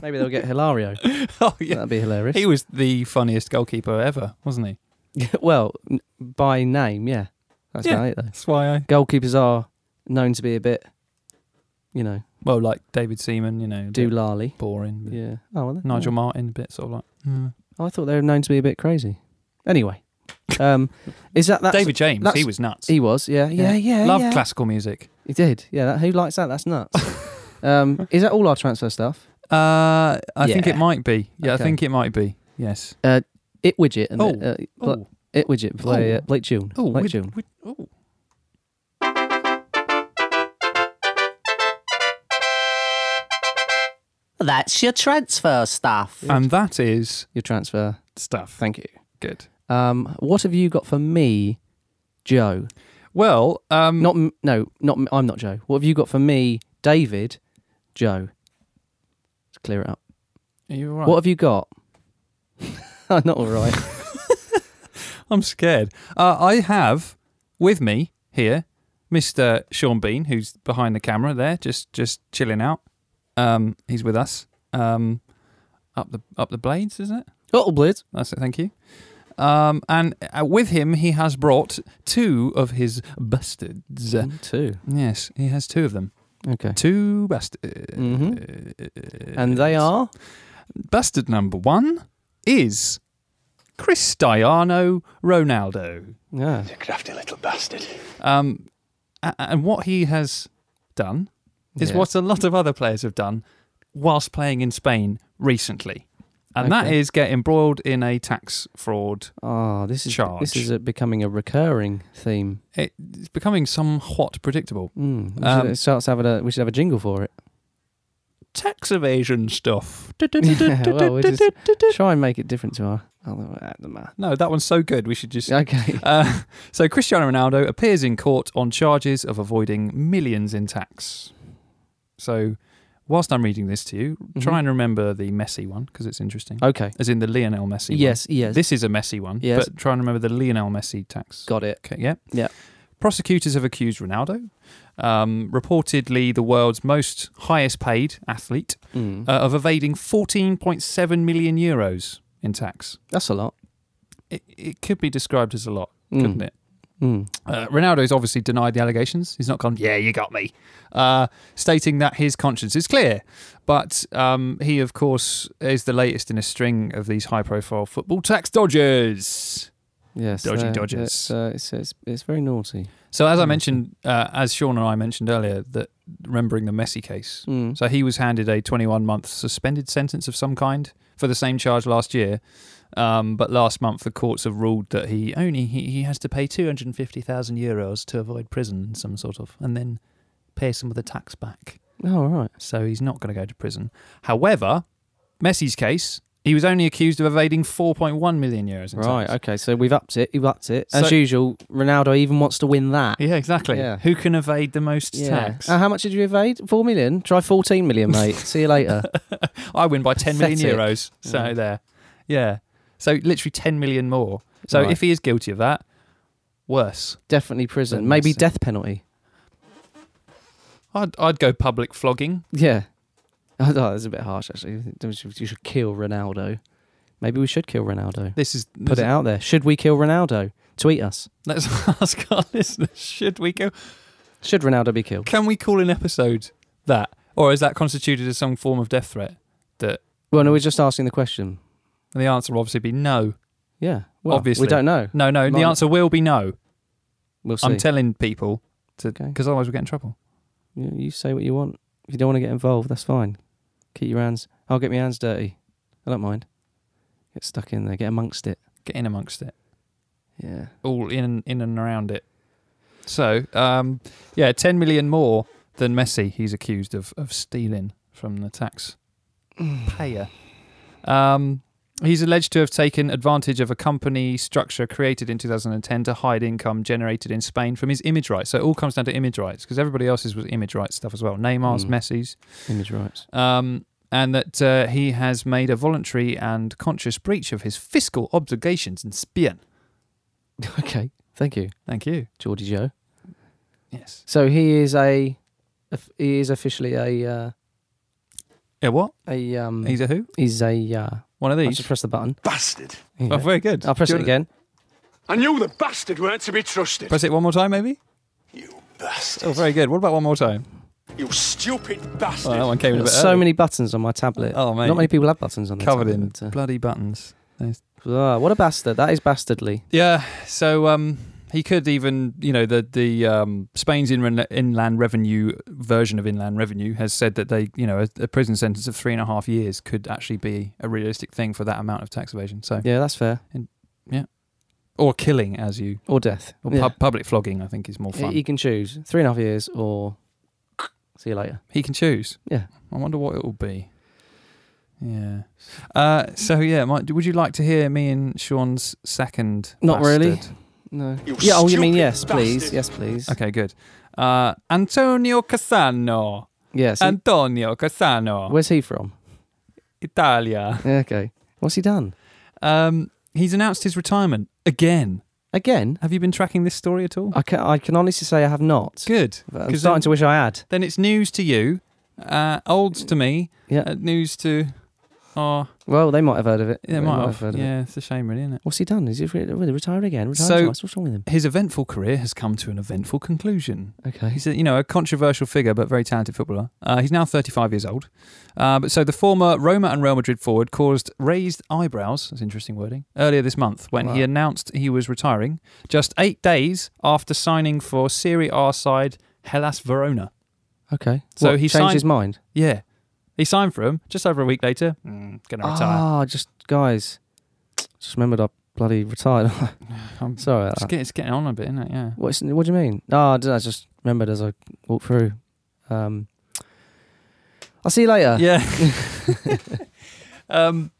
Speaker 2: Maybe they'll get Hilario.
Speaker 1: Oh, yeah.
Speaker 2: That'd be hilarious.
Speaker 1: He was the funniest goalkeeper ever, wasn't he?
Speaker 2: well, n- by name, yeah. That's
Speaker 1: Yeah.
Speaker 2: about it, though.
Speaker 1: That's why I.
Speaker 2: Goalkeepers are known to be a bit, you know,
Speaker 1: Well, like David Seaman, you know, a bit
Speaker 2: doolally.
Speaker 1: boring. but
Speaker 2: Yeah. Oh, well, they're-
Speaker 1: Nigel Martin, a bit sort of like. mm.
Speaker 2: Oh, I thought they were known to be a bit crazy. Anyway, um, is that that
Speaker 1: David James,
Speaker 2: that's-
Speaker 1: he was nuts.
Speaker 2: He was, yeah, yeah, yeah.
Speaker 1: Loved
Speaker 2: yeah.
Speaker 1: classical music.
Speaker 2: He did, yeah. That, who likes that? That's nuts. um, is that all our transfer stuff?
Speaker 1: Uh, I think
Speaker 2: Yeah.
Speaker 1: it might be. Yeah,
Speaker 2: Okay.
Speaker 1: I think it might be. Yes.
Speaker 2: It widget and
Speaker 1: Oh,
Speaker 2: the, uh, Bla-
Speaker 1: Oh,
Speaker 2: it widget play uh,
Speaker 1: Oh.
Speaker 2: Blake June.
Speaker 1: oh,
Speaker 2: Blake
Speaker 1: we'd-
Speaker 2: June.
Speaker 1: we'd- oh.
Speaker 3: That's your transfer stuff.
Speaker 1: And that is
Speaker 2: Your transfer.
Speaker 1: stuff.
Speaker 2: Thank you.
Speaker 1: Good.
Speaker 2: Um, what have you got for me, Joe?
Speaker 1: Well, um,
Speaker 2: Not m- no, not m- I'm not Joe. What have you got for me, David? Joe. Let's clear it up.
Speaker 1: are you all right?
Speaker 2: What have you got? I'm not all right.
Speaker 1: I'm scared. Uh, I have with me here Mr. Sean Bean, who's behind the camera there, just just chilling out. Um, he's with us. Um, up the up the blades, isn't it?
Speaker 2: Little Blitz.
Speaker 1: That's it. Thank you. Um, and uh, with him, he has brought two of his bastards.
Speaker 2: Two.
Speaker 1: Yes, he has two of them.
Speaker 2: Okay.
Speaker 1: Two bastards.
Speaker 2: Mm-hmm. And they are
Speaker 1: Bastard number one is Cristiano Ronaldo.
Speaker 2: yeah.
Speaker 4: You crafty little bastard.
Speaker 1: Um, a- and what he has done is
Speaker 2: Yeah.
Speaker 1: what a lot of other players have done whilst playing in Spain recently. And that
Speaker 2: Okay.
Speaker 1: is get embroiled in a tax fraud.
Speaker 2: Ah, this is this
Speaker 1: Charge.
Speaker 2: is a, becoming a recurring theme.
Speaker 1: It's becoming somewhat predictable.
Speaker 2: Mm, we
Speaker 1: Um,
Speaker 2: should, it starts having a we should have a jingle for it.
Speaker 1: Tax evasion stuff.
Speaker 2: Yeah, well, we just- Try and make it different to our. Oh, that doesn't matter.
Speaker 1: No, that one's so good. We should just
Speaker 2: Okay.
Speaker 1: Uh, so Cristiano Ronaldo appears in court on charges of avoiding millions in tax. So, whilst I'm reading this to you,
Speaker 2: Mm-hmm.
Speaker 1: try and remember the messy one because it's interesting,
Speaker 2: Okay.
Speaker 1: as in the Lionel Messi. one.
Speaker 2: Yes. Yes.
Speaker 1: This is a messy one,
Speaker 2: Yes.
Speaker 1: but try and remember the Lionel Messi tax.
Speaker 2: got it.
Speaker 1: Okay, yeah.
Speaker 2: Yeah.
Speaker 1: Prosecutors have accused Ronaldo, um, reportedly the world's most highest paid athlete,
Speaker 2: Mm.
Speaker 1: uh, of evading 14.7 million euros in tax.
Speaker 2: That's a lot.
Speaker 1: It, it could be described as a lot,
Speaker 2: Mm.
Speaker 1: couldn't it?
Speaker 2: Mm.
Speaker 1: Uh, Ronaldo's obviously denied the allegations. He's not gone, yeah, you got me, uh, stating that his conscience is clear. But um, he, of course, is the latest in a string of these high profile football tax dodgers.
Speaker 2: Yes.
Speaker 1: Dodgy
Speaker 2: uh,
Speaker 1: dodgers.
Speaker 2: It's, uh, it's, it's it's very naughty.
Speaker 1: So, as I
Speaker 2: Hmm.
Speaker 1: mentioned, uh, as Sean and I mentioned earlier, that remembering the Messi case,
Speaker 2: Mm.
Speaker 1: so he was handed a 21 month suspended sentence of some kind for the same charge last year. Um, but last month, the courts have ruled that he only he, he has to pay 250,000 euros to avoid prison, some sort of, and then pay some of the tax back.
Speaker 2: Oh right.
Speaker 1: So he's not going to go to prison. However, Messi's case, he was only accused of evading 4.1 million euros in
Speaker 2: Right.
Speaker 1: tax.
Speaker 2: Okay. So we've upped it. We've upped it. As
Speaker 1: So-
Speaker 2: usual, Ronaldo even wants to win that.
Speaker 1: Yeah, exactly.
Speaker 2: Yeah.
Speaker 1: Who can evade the most tax?
Speaker 2: Uh, how much did you evade? Four million. Try fourteen million, mate. See you later.
Speaker 1: I win by 10 million
Speaker 2: Pathetic.
Speaker 1: euros. So
Speaker 2: Yeah.
Speaker 1: there. Yeah. So literally 10 million more. So
Speaker 2: Right.
Speaker 1: if he is guilty of that, worse.
Speaker 2: Definitely prison.
Speaker 1: Then
Speaker 2: Maybe
Speaker 1: that's it.
Speaker 2: death penalty.
Speaker 1: I'd, I'd go public flogging.
Speaker 2: Yeah. Oh, that's a bit harsh, actually. You should you should kill Ronaldo. Maybe we should kill Ronaldo.
Speaker 1: This is.
Speaker 2: Put
Speaker 1: this-
Speaker 2: it out there. Should we kill Ronaldo? Tweet us.
Speaker 1: Let's ask our listeners should we go?
Speaker 2: Should Ronaldo be killed?
Speaker 1: Can we call an episode that? Or is that constituted as some form of death threat?
Speaker 2: Well, no, we're just asking the question.
Speaker 1: And the answer will obviously be no.
Speaker 2: Yeah. Well,
Speaker 1: Obviously.
Speaker 2: We don't know.
Speaker 1: No, no. The
Speaker 2: Right.
Speaker 1: answer will be no.
Speaker 2: We'll see.
Speaker 1: I'm telling people to.
Speaker 2: Okay.
Speaker 1: Because otherwise we'll get in trouble.
Speaker 2: you, you say what you want. If you don't want to get involved, that's fine. Keep your hands. I'll get my hands dirty. I don't mind. Get stuck in there. Get amongst it.
Speaker 1: Get in amongst it.
Speaker 2: Yeah.
Speaker 1: all in in and around it. So, um, yeah, ten million more than Messi. He's accused of of stealing from the taxpayer. Um, he's alleged to have taken advantage of a company structure created in 2010 to hide income generated in Spain from his image rights. So it all comes down to image rights because everybody else's was image rights stuff as well. Neymar's,
Speaker 2: Mm.
Speaker 1: Messi's
Speaker 2: Image rights.
Speaker 1: um, and that uh, he has made a voluntary and conscious breach of his fiscal obligations in Spain.
Speaker 2: okay. Thank you,
Speaker 1: Thank you.
Speaker 2: Geordie Joe.
Speaker 1: Yes.
Speaker 2: So he is a, of- he is officially a uh,
Speaker 1: Yeah, what?
Speaker 2: a um.
Speaker 1: He's a who?
Speaker 2: he's a. Uh,
Speaker 1: One of
Speaker 2: I
Speaker 1: these.
Speaker 2: just press the button.
Speaker 4: Bastard.
Speaker 2: Yeah.
Speaker 1: Oh, very good.
Speaker 2: I'll press
Speaker 1: Do
Speaker 2: it
Speaker 1: you wanna-
Speaker 2: again.
Speaker 4: I knew the bastard weren't to be trusted.
Speaker 1: Press it one more time, maybe.
Speaker 4: you bastard.
Speaker 1: Oh, very good. What about one more time?
Speaker 4: You stupid
Speaker 1: Oh,
Speaker 4: bastard.
Speaker 1: that one came in a bit.
Speaker 2: There's so
Speaker 1: early.
Speaker 2: many buttons on my tablet.
Speaker 1: Oh, mate.
Speaker 2: Not many people have buttons on their
Speaker 1: covered in
Speaker 2: tablet, but,
Speaker 1: bloody buttons.
Speaker 2: uh, ah, what a bastard. That is bastardly.
Speaker 1: Yeah. So um, he could even, you know, the the um, Spain's inland, inland revenue version of inland revenue has said that they, you know, a, a prison sentence of three and a half years could actually be a realistic thing for that amount of tax evasion. So
Speaker 2: Yeah, that's fair.
Speaker 1: or killing, as you
Speaker 2: Or death.
Speaker 1: or
Speaker 2: Yeah.
Speaker 1: pub, public flogging, I think is more
Speaker 2: He-
Speaker 1: fun.
Speaker 2: He
Speaker 1: He,
Speaker 2: can choose three and a half years or see you later.
Speaker 1: can choose.
Speaker 2: Yeah.
Speaker 1: I wonder what it will be. Yeah. Uh, so yeah, might, would you like to hear me and Sean's second?
Speaker 2: Not really.
Speaker 1: bastard?
Speaker 2: No.
Speaker 4: You
Speaker 2: yeah. Oh, you mean
Speaker 4: stupid
Speaker 2: yes, please.
Speaker 4: bastard.
Speaker 2: Yes, please.
Speaker 1: Okay, good. Uh, Antonio Cassano.
Speaker 2: Yes.
Speaker 1: Antonio Cassano,
Speaker 2: Where's he from?
Speaker 1: Italia.
Speaker 2: Yeah, Okay. What's he done?
Speaker 1: Um, he's announced his retirement again.
Speaker 2: Again?
Speaker 1: Have you been tracking this story at all?
Speaker 2: I can, I can honestly say I have not.
Speaker 1: Good.
Speaker 2: But I'm
Speaker 1: 'cause
Speaker 2: starting to
Speaker 1: then,
Speaker 2: wish I had.
Speaker 1: then it's news to you, uh, old to me,
Speaker 2: Yeah.
Speaker 1: uh, news to. Oh,
Speaker 2: Well, they might have heard of it.
Speaker 1: yeah,
Speaker 2: They
Speaker 1: might, have.
Speaker 2: heard of it.
Speaker 1: yeah, it's a shame, really, isn't it?
Speaker 2: What's he done? Is he re- really retired again? Retired
Speaker 1: So-
Speaker 2: twice? What's wrong with him?
Speaker 1: His eventful career has come to an eventful conclusion.
Speaker 2: Okay.
Speaker 1: He's a, you know a controversial figure, but very talented footballer. Uh, he's now 35 years old. Uh, but so the former Roma and Real Madrid forward caused raised eyebrows. That's interesting wording. Earlier this month, when he
Speaker 2: Wow.
Speaker 1: announced he was retiring, just eight days after signing for Serie A side Hellas Verona.
Speaker 2: Okay.
Speaker 1: So
Speaker 2: So
Speaker 1: he
Speaker 2: he changed
Speaker 1: signed-
Speaker 2: his mind.
Speaker 1: Yeah, he signed for him just over a week later. Mm, gonna retire.
Speaker 2: Ah, just guys, just remembered I bloody retired.
Speaker 1: I'm-
Speaker 2: Sorry. About
Speaker 1: it's,
Speaker 2: that.
Speaker 1: get- it's getting on a bit, isn't it? Yeah.
Speaker 2: What's, what do you mean? No, I, dunno, I just remembered as I walked through. Um, I'll see you later.
Speaker 1: Yeah.
Speaker 2: Uh.
Speaker 1: um,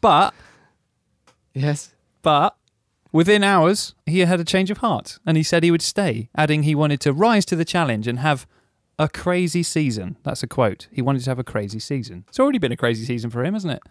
Speaker 1: but
Speaker 2: Yes.
Speaker 1: But within hours, he had a change of heart and he said he would stay, adding he wanted to rise to the challenge and have a crazy season. That's a quote. He wanted to have a crazy season. It's already been a crazy season for him, hasn't it?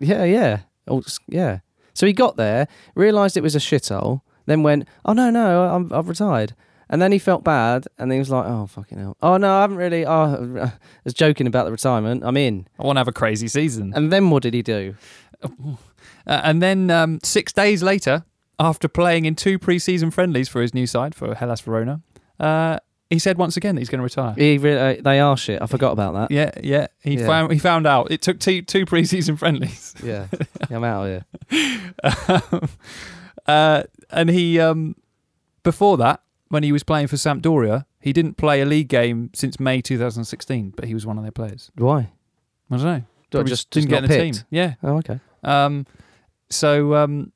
Speaker 2: Yeah, yeah. Oh, s- yeah. So he got there, realised it was a shithole, then went, oh, no, no, I'm, I've retired. And then he felt bad, and then he was like, oh, fucking hell. Oh, no, I haven't really. Oh, I was joking about the retirement. I'm in.
Speaker 1: I want to have a crazy season.
Speaker 2: And then what did he do?
Speaker 1: Uh, and then um, six days later, after playing in two pre-season friendlies for his new side for Hellas Verona, uh, he said once again that he's going to retire.
Speaker 2: He re- uh, they are shit. I forgot about that.
Speaker 1: Yeah, yeah. He
Speaker 2: Yeah.
Speaker 1: found he found out it took two two pre-season friendlies.
Speaker 2: Yeah. I'm out of here.
Speaker 1: Um, uh, and he, um, before that, when he was playing for Sampdoria, he didn't play a league game since May 2016, but he was one of their players.
Speaker 2: Why?
Speaker 1: I don't know.
Speaker 2: Do I
Speaker 1: Probably
Speaker 2: just,
Speaker 1: didn't
Speaker 2: just
Speaker 1: get
Speaker 2: not
Speaker 1: in the
Speaker 2: picked?
Speaker 1: team. Yeah.
Speaker 2: Oh, okay.
Speaker 1: Um, so, um,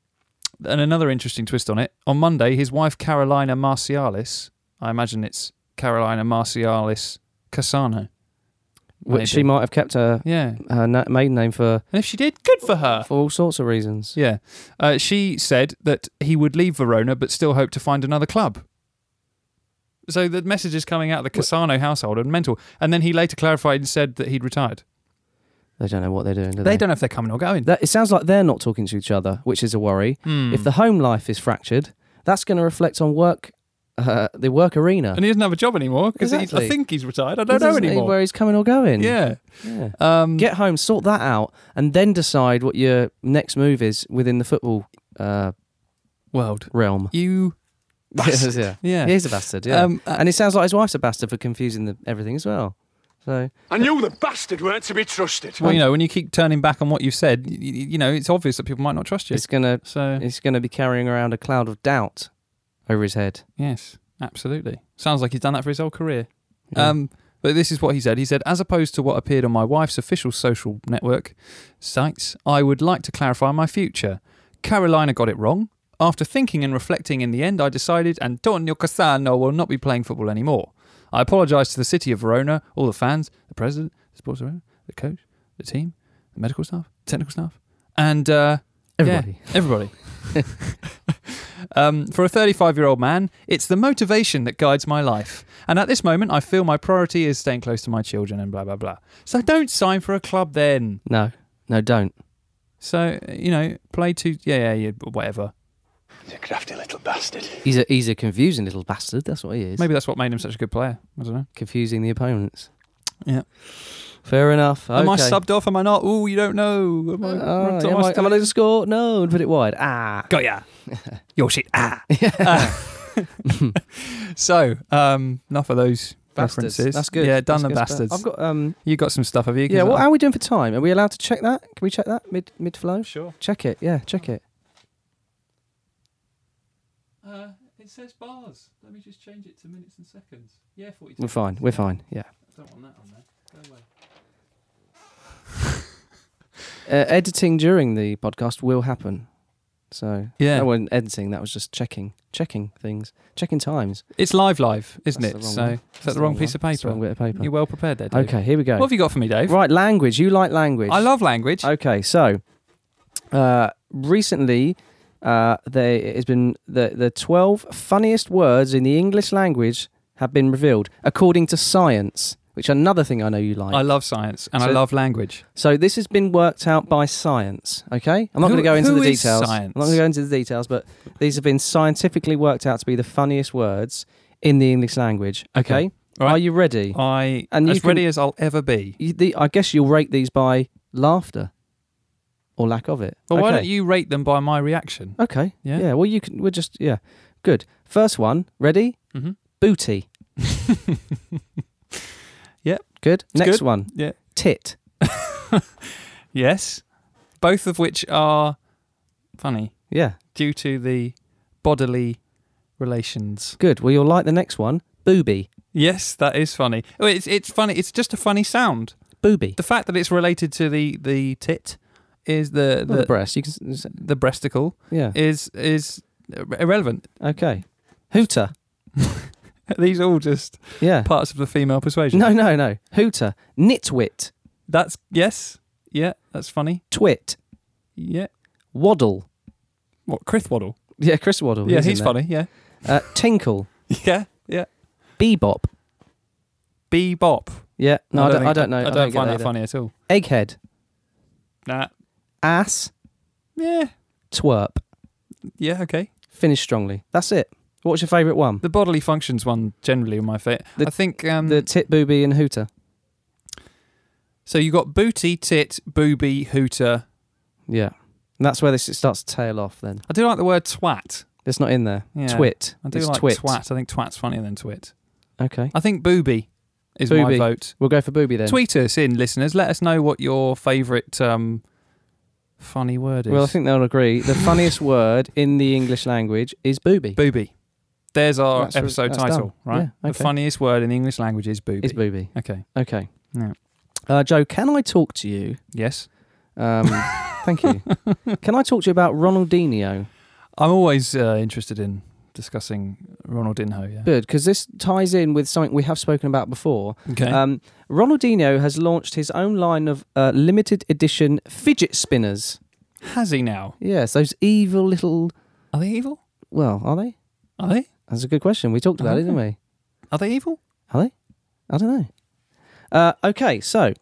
Speaker 1: and another interesting twist on it. On Monday, his wife Carolina Marcialis, I imagine it's Carolina Marcialis Cassano.
Speaker 2: Which she
Speaker 1: maybe.
Speaker 2: might have kept her,
Speaker 1: Yeah.
Speaker 2: her na- maiden name for
Speaker 1: And if she did, good for her.
Speaker 2: for all sorts of reasons.
Speaker 1: Yeah. Uh, she said that he would leave Verona but still hope to find another club. So the message is coming out of the Cassano household and mental. And then he later clarified and said that he'd retired.
Speaker 2: They don't know what they're doing, do they?
Speaker 1: They don't know if they're coming or going.
Speaker 2: That, it sounds like they're not talking to each other, which is a worry.
Speaker 1: Hmm.
Speaker 2: If the home life is fractured, that's going to reflect on work, uh, the work arena.
Speaker 1: and he doesn't have a job anymore because I
Speaker 2: Exactly.
Speaker 1: think he's retired. I
Speaker 2: He
Speaker 1: don't know
Speaker 2: doesn't
Speaker 1: anymore.
Speaker 2: where he's coming or going.
Speaker 1: Yeah.
Speaker 2: Yeah.
Speaker 1: Um,
Speaker 2: Get home, sort that out, and then decide what your next move is within the football uh,
Speaker 1: world.
Speaker 2: realm.
Speaker 1: You.
Speaker 2: Yes, yeah.
Speaker 1: Yeah.
Speaker 2: He's a bastard. Yeah.
Speaker 1: Um, uh,
Speaker 2: and it sounds like his wife's a bastard for confusing the, everything as well. So
Speaker 4: I knew the bastard weren't to be trusted.
Speaker 1: well, you know, when you keep turning back on what you've said, you, you know, it's obvious that people might not trust you.
Speaker 2: it's gonna
Speaker 1: so,
Speaker 2: it's gonna be carrying around a cloud of doubt over his head.
Speaker 1: yes, absolutely. Sounds like he's done that for his whole career.
Speaker 2: Yeah.
Speaker 1: Um, But this is what he said. He said, as opposed to what appeared on my wife's official social network sites, I would like to clarify my future. Carolina got it wrong. After thinking and reflecting, in the end, I decided Antonio Cassano will not be playing football anymore. I apologise to the city of Verona, all the fans, the president, the sports director, the coach, the team, the medical staff, technical staff, and uh,
Speaker 2: Everybody.
Speaker 1: yeah, everybody. um, for a 35 year old man, it's the motivation that guides my life. And at this moment, I feel my priority is staying close to my children and blah, blah, blah. So don't sign for a club then.
Speaker 2: No, no, don't.
Speaker 1: So, uh, you know, play to, yeah, yeah, yeah, whatever.
Speaker 4: He's a crafty little bastard.
Speaker 2: He's a he's a confusing little bastard. That's what he is.
Speaker 1: Maybe that's what made him such a good player. I don't know.
Speaker 2: confusing the opponents.
Speaker 1: Yeah.
Speaker 2: Fair enough.
Speaker 1: Am I
Speaker 2: okay.
Speaker 1: subbed off? Am I not? Ooh, you don't know. Am I,
Speaker 2: Ah,
Speaker 1: am I-
Speaker 2: am, I, am I going to score? No, and put it wide. Ah,
Speaker 1: Got ya. Your shit. Ah. Uh, so, um, enough of those
Speaker 2: Bastards.
Speaker 1: references.
Speaker 2: That's good.
Speaker 1: Yeah, done
Speaker 2: That's
Speaker 1: the
Speaker 2: good stuff.
Speaker 1: bastards.
Speaker 2: I've got um.
Speaker 1: You got some stuff, have you? 'Cause
Speaker 2: Yeah. Well,
Speaker 1: I-
Speaker 2: how are we doing for time? Are we allowed to check that? Can we check that mid mid flow?
Speaker 1: Sure.
Speaker 2: Check it. Yeah, check it.
Speaker 1: Uh, it says bars. Let me just change it to minutes and seconds. Yeah, 42.
Speaker 2: We're fine. We're fine. Yeah.
Speaker 1: don't want that on there. Go away.
Speaker 2: Uh, editing during the podcast will happen. So
Speaker 1: Yeah.
Speaker 2: that wasn't editing. That was just checking, checking things, checking times.
Speaker 1: It's live, live, isn't
Speaker 2: That's
Speaker 1: it?
Speaker 2: the wrong
Speaker 1: So
Speaker 2: one.
Speaker 1: is that
Speaker 2: That's
Speaker 1: the wrong piece of
Speaker 2: one. That's the
Speaker 1: paper?
Speaker 2: wrong bit of paper.
Speaker 1: You're well prepared there, Dave.
Speaker 2: Okay, here we go.
Speaker 1: What have you got for me, Dave?
Speaker 2: Right, language. You like language.
Speaker 1: I love language.
Speaker 2: Okay, so uh, recently uh, there has been the the twelve funniest words in the English language have been revealed according to science, which another thing I know you like.
Speaker 1: I love science and I
Speaker 2: So-
Speaker 1: love language.
Speaker 2: so this has been worked out by science. Okay, I'm not
Speaker 1: Who-
Speaker 2: going to go into
Speaker 1: who
Speaker 2: the
Speaker 1: is
Speaker 2: details.
Speaker 1: science?
Speaker 2: I'm not going to go into the details, but these have been scientifically worked out to be the funniest words in the English language.
Speaker 1: Okay,
Speaker 2: Okay,
Speaker 1: all right.
Speaker 2: are you ready?
Speaker 1: I
Speaker 2: And you
Speaker 1: as ready
Speaker 2: can-
Speaker 1: as I'll ever be.
Speaker 2: You- the- I guess you'll rate these by laughter or lack of it.
Speaker 1: Well, why
Speaker 2: Okay.
Speaker 1: don't you rate them by my reaction?
Speaker 2: Okay.
Speaker 1: Yeah.
Speaker 2: Yeah. Well, you can. We're just. Yeah. Good. First one. Ready?
Speaker 1: Mhm.
Speaker 2: Booty.
Speaker 1: Yep.
Speaker 2: Good. Next
Speaker 1: good.
Speaker 2: one.
Speaker 1: Yeah.
Speaker 2: Tit.
Speaker 1: Yes. Both of which are funny
Speaker 2: Yeah.
Speaker 1: due to the bodily relations.
Speaker 2: Good. Well, you'll like the next one. Booby.
Speaker 1: Yes, that is funny. Oh, It's it's funny. It's just a funny sound.
Speaker 2: Booby.
Speaker 1: The fact that it's related to the the tit is the
Speaker 2: Not The,
Speaker 1: the the,
Speaker 2: breast. You can. s- s-
Speaker 1: breasticle
Speaker 2: Yeah.
Speaker 1: is is irre- irrelevant.
Speaker 2: Okay. Hooter.
Speaker 1: These are all just
Speaker 2: Yeah.
Speaker 1: parts of the female persuasion.
Speaker 2: No. No. No. Hooter. Nitwit.
Speaker 1: That's yes. Yeah, that's funny.
Speaker 2: Twit.
Speaker 1: Yeah.
Speaker 2: Waddle.
Speaker 1: What Chris Waddle?
Speaker 2: Yeah. Chris Waddle.
Speaker 1: yeah,
Speaker 2: Oh, in
Speaker 1: he's
Speaker 2: there.
Speaker 1: funny. Yeah.
Speaker 2: Uh, tinkle.
Speaker 1: Yeah. Yeah.
Speaker 2: Bebop.
Speaker 1: Bebop.
Speaker 2: Yeah. No, I don't. I
Speaker 1: think-
Speaker 2: don't know.
Speaker 1: I don't,
Speaker 2: get
Speaker 1: find that
Speaker 2: either.
Speaker 1: funny at all.
Speaker 2: Egghead.
Speaker 1: Nah.
Speaker 2: Ass.
Speaker 1: Yeah.
Speaker 2: Twerp.
Speaker 1: Yeah. Okay.
Speaker 2: Finish strongly. That's it. What's your favourite one?
Speaker 1: The bodily functions one generally in my fit.
Speaker 2: The-
Speaker 1: I think um,
Speaker 2: The tit booby and hooter.
Speaker 1: so. You got booty, tit, booby, hooter.
Speaker 2: Yeah. And that's where this it starts to tail off then.
Speaker 1: I do like the word twat.
Speaker 2: It's not in there.
Speaker 1: Yeah.
Speaker 2: Twit.
Speaker 1: I do
Speaker 2: it's
Speaker 1: like
Speaker 2: twit.
Speaker 1: twat. I think twat's funnier than twit.
Speaker 2: Okay.
Speaker 1: I think booby is my
Speaker 2: Booby.
Speaker 1: vote.
Speaker 2: We'll go for booby then.
Speaker 1: Tweet us in, listeners. Let us know what your favourite um, funny word is.
Speaker 2: Well, I think they'll agree. The funniest word in the English language is booby.
Speaker 1: booby. There's our
Speaker 2: That's re-
Speaker 1: episode
Speaker 2: that's
Speaker 1: title,
Speaker 2: done.
Speaker 1: right?
Speaker 2: Yeah,
Speaker 1: The
Speaker 2: okay.
Speaker 1: funniest word in the English language is booby.
Speaker 2: Is booby.
Speaker 1: Okay.
Speaker 2: Okay.
Speaker 1: Yeah.
Speaker 2: Uh, Joe, can I talk to you?
Speaker 1: Yes.
Speaker 2: Um, thank you. Can I talk to you about Ronaldinho?
Speaker 1: I'm always uh, interested in discussing Ronaldinho. Yeah.
Speaker 2: Good, because this ties in with something we have spoken about before.
Speaker 1: Okay.
Speaker 2: Um, Ronaldinho has launched his own line of uh, limited edition fidget spinners.
Speaker 1: Has he now?
Speaker 2: Yes, those evil little.
Speaker 1: Are they evil?
Speaker 2: Well, are they?
Speaker 1: Are they?
Speaker 2: That's a good question. We talked about it,
Speaker 1: Okay.
Speaker 2: didn't we?
Speaker 1: Are they evil?
Speaker 2: Are they? I don't know. Uh, okay, so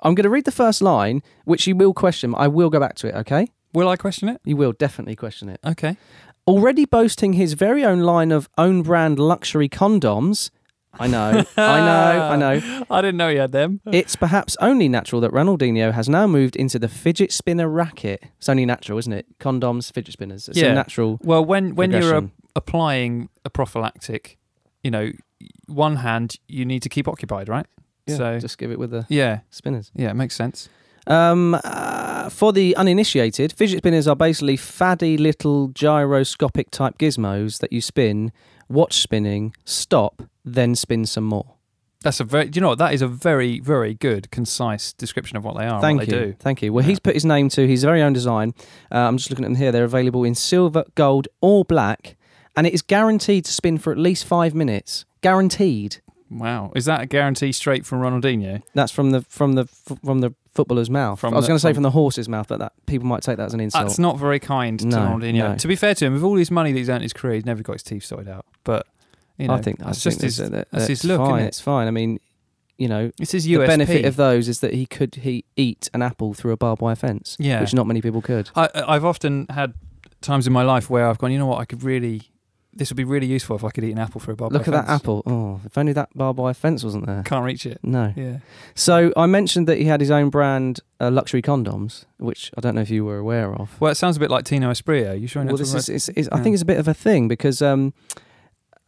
Speaker 2: I'm going to read the first line, which you will question. I will go back to it, okay?
Speaker 1: Will I question it?
Speaker 2: You will definitely question it.
Speaker 1: Okay.
Speaker 2: Already boasting his very own line of own brand luxury condoms. I know, I know, I know.
Speaker 1: I didn't know he had them.
Speaker 2: It's perhaps only natural that Ronaldinho has now moved into the fidget spinner racket. It's only natural, isn't it? Condoms, fidget spinners. It's
Speaker 1: Yeah.
Speaker 2: a natural.
Speaker 1: Well, when when you're a,
Speaker 2: Progression.
Speaker 1: applying a prophylactic, you know, one hand you need to keep occupied, right?
Speaker 2: Yeah,
Speaker 1: so
Speaker 2: just give it with the
Speaker 1: yeah,
Speaker 2: spinners.
Speaker 1: yeah, it makes sense.
Speaker 2: Um, uh, for the uninitiated, fidget spinners are basically faddy little gyroscopic type gizmos that you spin, watch spinning, stop, then spin some more.
Speaker 1: That's a very, you know, what, that is a very, very good, concise description of what they are
Speaker 2: Thank
Speaker 1: and what
Speaker 2: you.
Speaker 1: they do.
Speaker 2: Thank you. Well, he's put his name to his very own design. Uh, I'm just looking at them here. They're available in silver, gold, or black, and it is guaranteed to spin for at least five minutes. Guaranteed.
Speaker 1: Wow. Is that a guarantee straight from Ronaldinho?
Speaker 2: That's from the from the from the footballer's mouth.
Speaker 1: From
Speaker 2: I was
Speaker 1: the-
Speaker 2: going to say
Speaker 1: from-
Speaker 2: from the horse's mouth, but that people might take that as an insult.
Speaker 1: That's not very kind to
Speaker 2: No,
Speaker 1: Ronaldinho.
Speaker 2: no.
Speaker 1: To be fair to him, with all his money that he's earned in his career, he's never got his teeth sorted out. But, you know,
Speaker 2: I think
Speaker 1: that's
Speaker 2: I
Speaker 1: just
Speaker 2: think
Speaker 1: his,
Speaker 2: that- that-
Speaker 1: that's his
Speaker 2: that's
Speaker 1: look,
Speaker 2: Fine.
Speaker 1: isn't it?
Speaker 2: It's fine. I mean, you know,
Speaker 1: it's his
Speaker 2: the
Speaker 1: USP.
Speaker 2: benefit of those is that he could he eat an apple through a barbed wire fence,
Speaker 1: Yeah.
Speaker 2: which not many people could.
Speaker 1: I, I've often had times in my life where I've gone, you know what, I could really, this would be really useful if I could eat an apple for a barbed
Speaker 2: Look at
Speaker 1: wire
Speaker 2: that
Speaker 1: fence.
Speaker 2: apple. Oh, if only that barbed wire fence wasn't there.
Speaker 1: Can't reach it.
Speaker 2: No.
Speaker 1: Yeah.
Speaker 2: So I mentioned that he had his own brand, uh, luxury condoms, which I don't know if you were aware of.
Speaker 1: Well, it sounds a bit like Tino Esprio. You sure?
Speaker 2: Well, this is, it's, it's, I
Speaker 1: yeah.
Speaker 2: think it's a bit of a thing because um,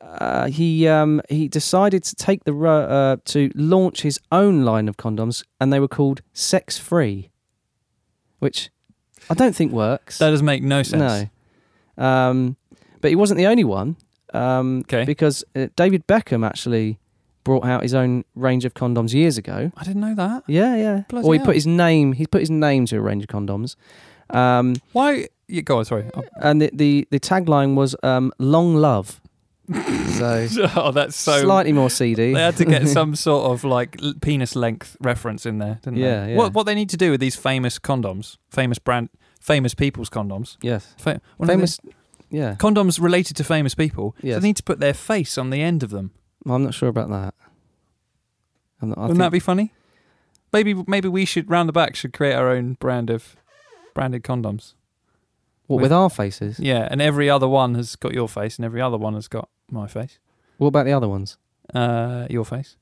Speaker 2: uh, he um, he decided to take the ro- uh, to launch his own line of condoms, and they were called Sex Free, which I don't think works.
Speaker 1: that does make no sense.
Speaker 2: No. Um, but he wasn't the only one. Um,
Speaker 1: 'Kay.
Speaker 2: Because uh, David Beckham actually brought out his own range of condoms years ago.
Speaker 1: I didn't know that.
Speaker 2: Yeah, yeah.
Speaker 1: Bloody
Speaker 2: or he
Speaker 1: hell.
Speaker 2: put his name. He put his name to a range of condoms. Um,
Speaker 1: Why? Yeah, go on. Sorry. Oh,
Speaker 2: and the, the the tagline was um, "Long Love." so,
Speaker 1: oh, that's so.
Speaker 2: slightly more seedy.
Speaker 1: They had to get some sort of like l- penis length reference in there, didn't
Speaker 2: Yeah,
Speaker 1: they?
Speaker 2: yeah.
Speaker 1: What what they need to do with these famous condoms, famous brand, famous people's condoms,
Speaker 2: yes.
Speaker 1: fa- what are they?
Speaker 2: Famous. Yeah.
Speaker 1: condoms related to famous people. so
Speaker 2: Yes.
Speaker 1: they need to put their face on the end of them.
Speaker 2: Well, I'm not sure about that. I'm not, I
Speaker 1: Wouldn't
Speaker 2: think-
Speaker 1: that be funny? Maybe maybe we should round the back should create our own brand of branded condoms.
Speaker 2: what with our faces?
Speaker 1: Yeah, and every other one has got your face, and every other one has got my face.
Speaker 2: What about the other ones?
Speaker 1: Uh, your face,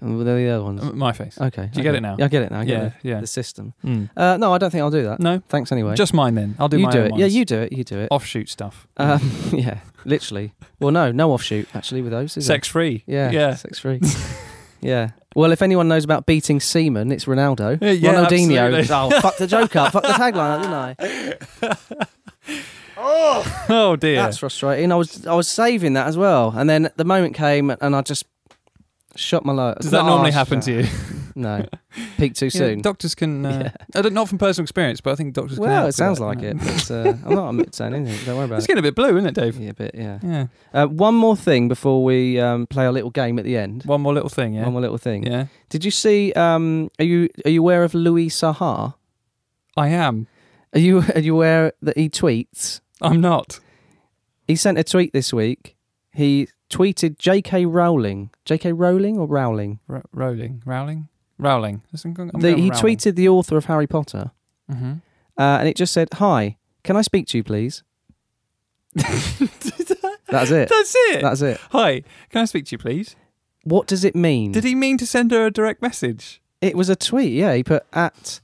Speaker 2: Uh, What are the other ones?
Speaker 1: Uh, my face.
Speaker 2: Okay.
Speaker 1: Do you
Speaker 2: I
Speaker 1: get it now?
Speaker 2: Yeah, I get it now. I get
Speaker 1: yeah,
Speaker 2: it.
Speaker 1: yeah.
Speaker 2: The system.
Speaker 1: Mm.
Speaker 2: Uh, no, I don't think I'll do that.
Speaker 1: No,
Speaker 2: Thanks anyway.
Speaker 1: just mine then. I'll do
Speaker 2: you
Speaker 1: my
Speaker 2: do
Speaker 1: own
Speaker 2: it.
Speaker 1: ones. Oh.
Speaker 2: Yeah, you do it. You do it.
Speaker 1: offshoot stuff.
Speaker 2: Um, yeah, literally. Well, no, no offshoot actually with those. Is there?
Speaker 1: Sex free.
Speaker 2: Yeah,
Speaker 1: yeah.
Speaker 2: sex free. yeah. Well, if anyone knows about beating semen, it's Ronaldo.
Speaker 1: Yeah, yeah,
Speaker 2: Ronaldinho.
Speaker 1: absolutely.
Speaker 2: Oh, fuck the joke up. Fuck the tagline up, didn't I?
Speaker 1: Oh dear.
Speaker 2: That's frustrating. I was I was saving that as well, and then the moment came, and I just shot my load.
Speaker 1: Does that normally happen to you?
Speaker 2: No, peak too
Speaker 1: Yeah,
Speaker 2: soon.
Speaker 1: doctors can. Uh, I don't, not from personal experience, but I think doctors. can help
Speaker 2: well, it
Speaker 1: with
Speaker 2: sounds
Speaker 1: that,
Speaker 2: like
Speaker 1: you
Speaker 2: it.
Speaker 1: know.
Speaker 2: But, uh, I'm not I'm saying anything. Don't worry about
Speaker 1: It's
Speaker 2: it.
Speaker 1: getting a bit blue, isn't it, Dave?
Speaker 2: Yeah, a bit. Yeah.
Speaker 1: Yeah.
Speaker 2: Uh, one more thing before we um, play our little game at the end.
Speaker 1: One more little thing. Yeah.
Speaker 2: One more little thing.
Speaker 1: Yeah.
Speaker 2: Did you see? Um, are you are you aware of Louis Sahar?
Speaker 1: I am.
Speaker 2: Are you are you aware that he tweets?
Speaker 1: I'm not.
Speaker 2: He sent a tweet this week. He tweeted J.K. Rowling. J.K. Rowling or Rowling?
Speaker 1: R- rolling. Rowling. Rowling. Listen, I'm
Speaker 2: The-
Speaker 1: going
Speaker 2: he
Speaker 1: Rowling.
Speaker 2: tweeted the author of Harry Potter,
Speaker 1: Mhm.
Speaker 2: uh, and it just said, "Hi, can I speak to you, please?" That's it.
Speaker 1: That's it.
Speaker 2: That's it.
Speaker 1: Hi, can I speak to you, please?
Speaker 2: What does it mean?
Speaker 1: Did he mean to send her a direct message?
Speaker 2: it was a tweet. Yeah, he put at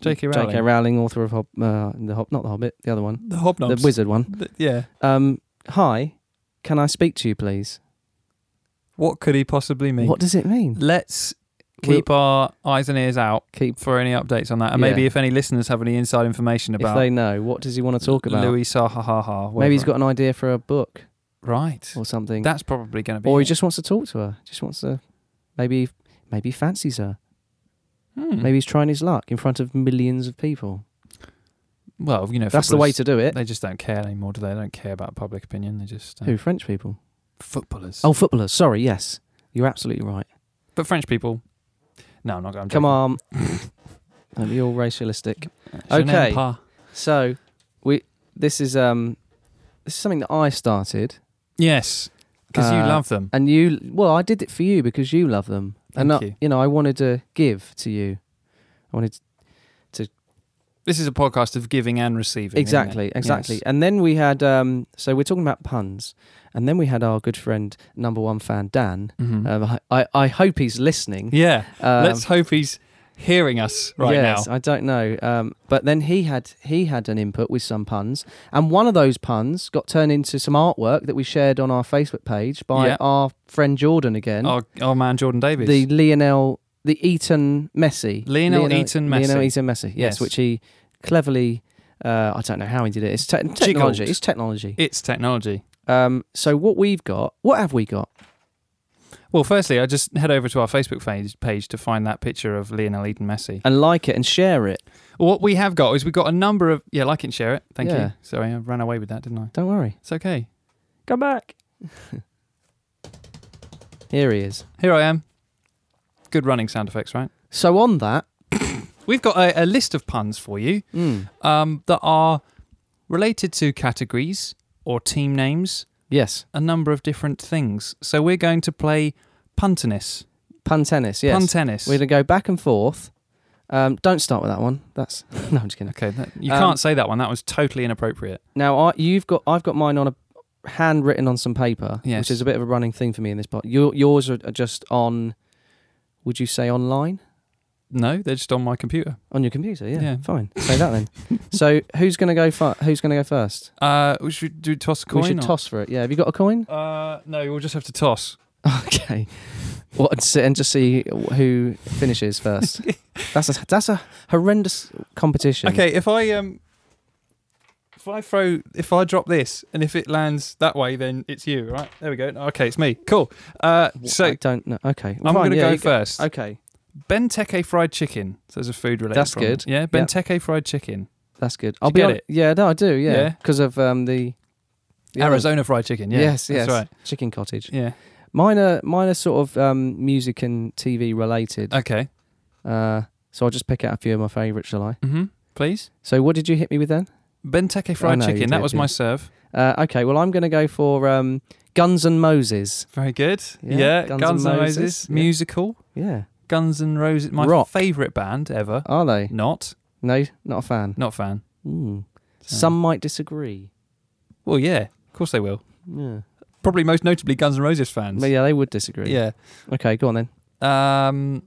Speaker 1: J.K. Rowling.
Speaker 2: J.K. Rowling, author of Hob- uh, the Hob- not the Hobbit, the other one,
Speaker 1: The hobnobs.
Speaker 2: the Wizard one.
Speaker 1: Th- yeah.
Speaker 2: Um, hi, can I speak to you, please?
Speaker 1: What could he possibly mean?
Speaker 2: What does it mean?
Speaker 1: Let's keep our eyes and ears out
Speaker 2: Keep
Speaker 1: for any updates on that, and maybe
Speaker 2: Yeah.
Speaker 1: if any listeners have any inside information
Speaker 2: if
Speaker 1: about
Speaker 2: they know. What does he want to talk about?
Speaker 1: Louis Sahaha.
Speaker 2: Maybe he's got an idea for a book
Speaker 1: right.
Speaker 2: or something,
Speaker 1: That's probably going to be.
Speaker 2: or he
Speaker 1: it.
Speaker 2: just wants to talk to her. Just wants to maybe maybe he fancies her.
Speaker 1: Hmm.
Speaker 2: Maybe he's trying his luck in front of millions of people.
Speaker 1: Well, you know,
Speaker 2: That's the way
Speaker 1: footballers,
Speaker 2: to do it.
Speaker 1: They just don't care anymore, do they? They don't care about public opinion. They just uh,
Speaker 2: Who French people?
Speaker 1: footballers.
Speaker 2: Oh, footballers. Sorry, yes, you're absolutely right.
Speaker 1: but French people. No, I'm not going.
Speaker 2: Come on, don't be all racialistic. okay. So, we this is um this is something that I started.
Speaker 1: Yes, because you
Speaker 2: Uh,
Speaker 1: love them.
Speaker 2: And you, well, I did it for you because you love them, and
Speaker 1: Thank
Speaker 2: I,
Speaker 1: you.
Speaker 2: know, I wanted to give to you. I wanted
Speaker 1: This is a podcast of giving and receiving. isn't it?
Speaker 2: exactly, exactly.
Speaker 1: Yes.
Speaker 2: And then we had, um, so we're talking about puns, and then we had our good friend, number one fan Dan.
Speaker 1: Mhm.
Speaker 2: Um, I, I, I hope he's listening.
Speaker 1: yeah.
Speaker 2: Um,
Speaker 1: Let's hope he's hearing us right
Speaker 2: yes,
Speaker 1: now.
Speaker 2: I don't know, um, but then he had he had an input with some puns, and one of those puns got turned into some artwork that we shared on our Facebook page by
Speaker 1: Yeah.
Speaker 2: our friend Jordan again.
Speaker 1: Oh, oh man, Jordan Davies.
Speaker 2: the Lionel, the Eton Messi,
Speaker 1: Lionel Eton Messi.
Speaker 2: Lionel Eton Messi. Yes,
Speaker 1: Yes.
Speaker 2: which he cleverly, uh, I don't know how he did it. It's te- technology. It's technology.
Speaker 1: it's technology.
Speaker 2: Um, so what we've got, what have we got?
Speaker 1: Well, firstly, I just head over to our Facebook page, page to find that picture of Lionel Eden Messi.
Speaker 2: and like it and share it.
Speaker 1: What we have got is we've got a number of yeah, like and share it. Thank
Speaker 2: Yeah.
Speaker 1: you. Sorry, I ran away with that, didn't I?
Speaker 2: Don't worry.
Speaker 1: It's okay.
Speaker 2: Come back. Here he is.
Speaker 1: Here I am. Good running sound effects, right?
Speaker 2: So on that,
Speaker 1: We've got a, a list of puns for you
Speaker 2: mm,
Speaker 1: um, that are related to categories or team names,
Speaker 2: yes,
Speaker 1: a number of different things. So we're going to play pun tennis.
Speaker 2: pun tennis. Yes,
Speaker 1: Pun tennis.
Speaker 2: we're gonna go back and forth. Um, don't start with that one. That's no, I'm just kidding.
Speaker 1: okay, that, you
Speaker 2: Um,
Speaker 1: can't say that one. That was totally inappropriate.
Speaker 2: Now I, you've got, I've got mine on a handwritten on some paper,
Speaker 1: Yes.
Speaker 2: which is a bit of a running thing for me in this part. Your, yours are, are just on. Would you say online
Speaker 1: No, they're just on my computer.
Speaker 2: on your computer? Yeah,
Speaker 1: Yeah.
Speaker 2: fine. Say that then. so who's gonna go? Fi- who's gonna go first?
Speaker 1: Uh, we should do toss a coin.
Speaker 2: we should
Speaker 1: or-
Speaker 2: toss for it. Yeah, have you got a coin?
Speaker 1: Uh, no, we'll just have to toss.
Speaker 2: Okay. What and sit and just see who finishes first. that's a that's a horrendous competition.
Speaker 1: Okay, if I um, if I throw, if I drop this, and if it lands that way, then it's you, right? There we go. Okay, it's me. Cool. Uh, so
Speaker 2: I don't know. Okay,
Speaker 1: I'm
Speaker 2: fine,
Speaker 1: going to
Speaker 2: yeah,
Speaker 1: go
Speaker 2: you
Speaker 1: first.
Speaker 2: Okay,
Speaker 1: Benteke fried chicken. So there's a food related.
Speaker 2: That's
Speaker 1: problem.
Speaker 2: good.
Speaker 1: Yeah, Benteke fried chicken.
Speaker 2: that's good.
Speaker 1: you
Speaker 2: I'll be
Speaker 1: get
Speaker 2: on
Speaker 1: it?
Speaker 2: Yeah, no, I do. Yeah,
Speaker 1: Yeah.
Speaker 2: because of um the, the other-
Speaker 1: Arizona fried chicken. Yeah,
Speaker 2: yes, yes,
Speaker 1: That's right.
Speaker 2: chicken cottage.
Speaker 1: Yeah.
Speaker 2: Mine are mine are sort of um music and TV related.
Speaker 1: Okay.
Speaker 2: Uh, so I'll just pick out a few of my favourites, shall I?
Speaker 1: Mm-hmm. Please.
Speaker 2: So what did you hit me with then?
Speaker 1: Benteke fried
Speaker 2: know you
Speaker 1: chicken. That
Speaker 2: did,
Speaker 1: was
Speaker 2: yeah.
Speaker 1: my serve.
Speaker 2: Uh, okay, well I'm going to go for um Guns and Moses.
Speaker 1: Very good.
Speaker 2: Yeah,
Speaker 1: Yeah.
Speaker 2: Guns
Speaker 1: Guns,
Speaker 2: N'
Speaker 1: and
Speaker 2: Roses,
Speaker 1: Roses.
Speaker 2: yeah.
Speaker 1: Musical.
Speaker 2: Yeah,
Speaker 1: Guns and Roses. My
Speaker 2: Rock.
Speaker 1: favorite band ever.
Speaker 2: are they?
Speaker 1: Not.
Speaker 2: No, not a fan.
Speaker 1: Not fan. Hmm,
Speaker 2: Mm. Some might disagree.
Speaker 1: Well, yeah. Of course they will.
Speaker 2: Yeah.
Speaker 1: Probably most notably Guns N' Roses fans.
Speaker 2: But yeah, they would disagree.
Speaker 1: Yeah.
Speaker 2: Okay, go on then.
Speaker 1: Um,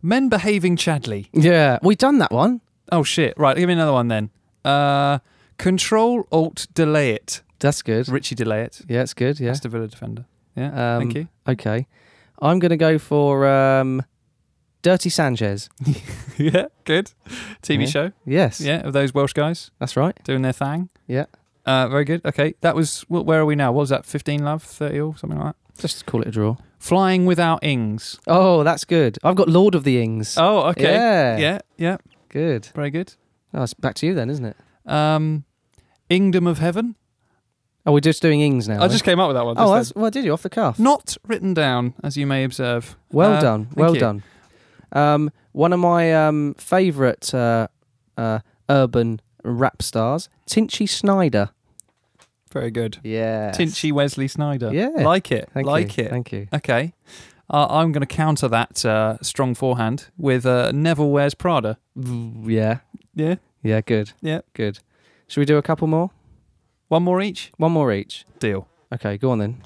Speaker 1: men behaving Chadley.
Speaker 2: Yeah. We done that one.
Speaker 1: Oh shit! Right, give me another one then. Uh, control Alt Delay it.
Speaker 2: That's good.
Speaker 1: Richie Delay it.
Speaker 2: Yeah, it's good. Yeah.
Speaker 1: Aston Villa defender. Yeah.
Speaker 2: Um,
Speaker 1: thank you.
Speaker 2: Okay. I'm going to go for um, Dirty Sanchez.
Speaker 1: yeah. Good. TV
Speaker 2: Yeah.
Speaker 1: show.
Speaker 2: Yes.
Speaker 1: Yeah. Of those Welsh guys
Speaker 2: That's right.
Speaker 1: doing their thing.
Speaker 2: Yeah.
Speaker 1: Uh, very good. Okay. That was. wh- Where are we now? What was that? Fifteen love, thirty or something like that.
Speaker 2: Just call it a draw.
Speaker 1: Flying without ings.
Speaker 2: Oh, that's good. I've got Lord of the Ings.
Speaker 1: Oh, okay.
Speaker 2: Yeah.
Speaker 1: Yeah. yeah,
Speaker 2: Good.
Speaker 1: Very good.
Speaker 2: Oh, it's back to you then, isn't it?
Speaker 1: Um, Ingdom of Heaven.
Speaker 2: Oh, we're just doing Ings now.
Speaker 1: I
Speaker 2: eh?
Speaker 1: just came up with that one. just
Speaker 2: Oh,
Speaker 1: then.
Speaker 2: that's well. Did you off the cuff?
Speaker 1: not written down, as you may observe.
Speaker 2: Well
Speaker 1: Uh,
Speaker 2: done.
Speaker 1: thank
Speaker 2: Well
Speaker 1: you.
Speaker 2: done. Um, one of my um, favourite uh, uh, urban rap stars, Tinchy Snyder.
Speaker 1: Very good.
Speaker 2: Yeah.
Speaker 1: Tinchy Wesley Snyder.
Speaker 2: Yeah.
Speaker 1: Like it.
Speaker 2: Thank
Speaker 1: like
Speaker 2: you.
Speaker 1: it.
Speaker 2: Thank you.
Speaker 1: Okay. Uh, I'm going to counter that uh, strong forehand with uh, Neville Wears Prada.
Speaker 2: Yeah.
Speaker 1: Yeah.
Speaker 2: Yeah. Good.
Speaker 1: Yeah.
Speaker 2: Good. Should we do a couple more?
Speaker 1: One more each?
Speaker 2: One more each.
Speaker 1: Deal.
Speaker 2: Okay. Go on then.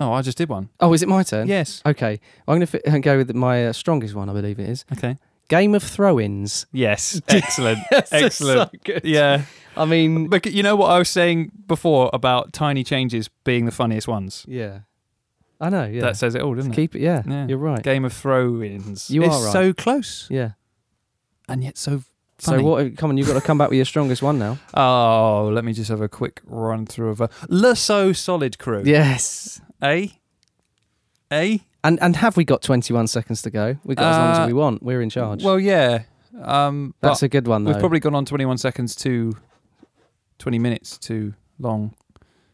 Speaker 1: Oh, I just did one.
Speaker 2: Oh, is it my turn?
Speaker 1: Yes.
Speaker 2: Okay. I'm going to fi- go with my uh, strongest one. I believe it is
Speaker 1: Okay.
Speaker 2: Game of Throw-ins.
Speaker 1: Yes. Excellent. Excellent.
Speaker 2: So good.
Speaker 1: Yeah.
Speaker 2: I mean.
Speaker 1: But you know what I was saying before about tiny changes being the funniest ones?
Speaker 2: yeah. I know. Yeah.
Speaker 1: That says it all, doesn't it?
Speaker 2: Keep it. Yeah.
Speaker 1: Yeah.
Speaker 2: You're right.
Speaker 1: Game of Throw-ins.
Speaker 2: You
Speaker 1: it's
Speaker 2: are right.
Speaker 1: so close
Speaker 2: yeah.
Speaker 1: and yet so
Speaker 2: So
Speaker 1: funny.
Speaker 2: what? Come on, you've got to come back with your strongest one now.
Speaker 1: Oh, let me just have a quick run through of a Le So Solid Crew.
Speaker 2: Yes.
Speaker 1: Eh? Eh?
Speaker 2: And and have we got 21 seconds to go? We've got as long
Speaker 1: Uh,
Speaker 2: as we want. We're in charge.
Speaker 1: Well, yeah. Um, but
Speaker 2: that's a good one though.
Speaker 1: we've probably gone on 21 seconds to 20 minutes too long.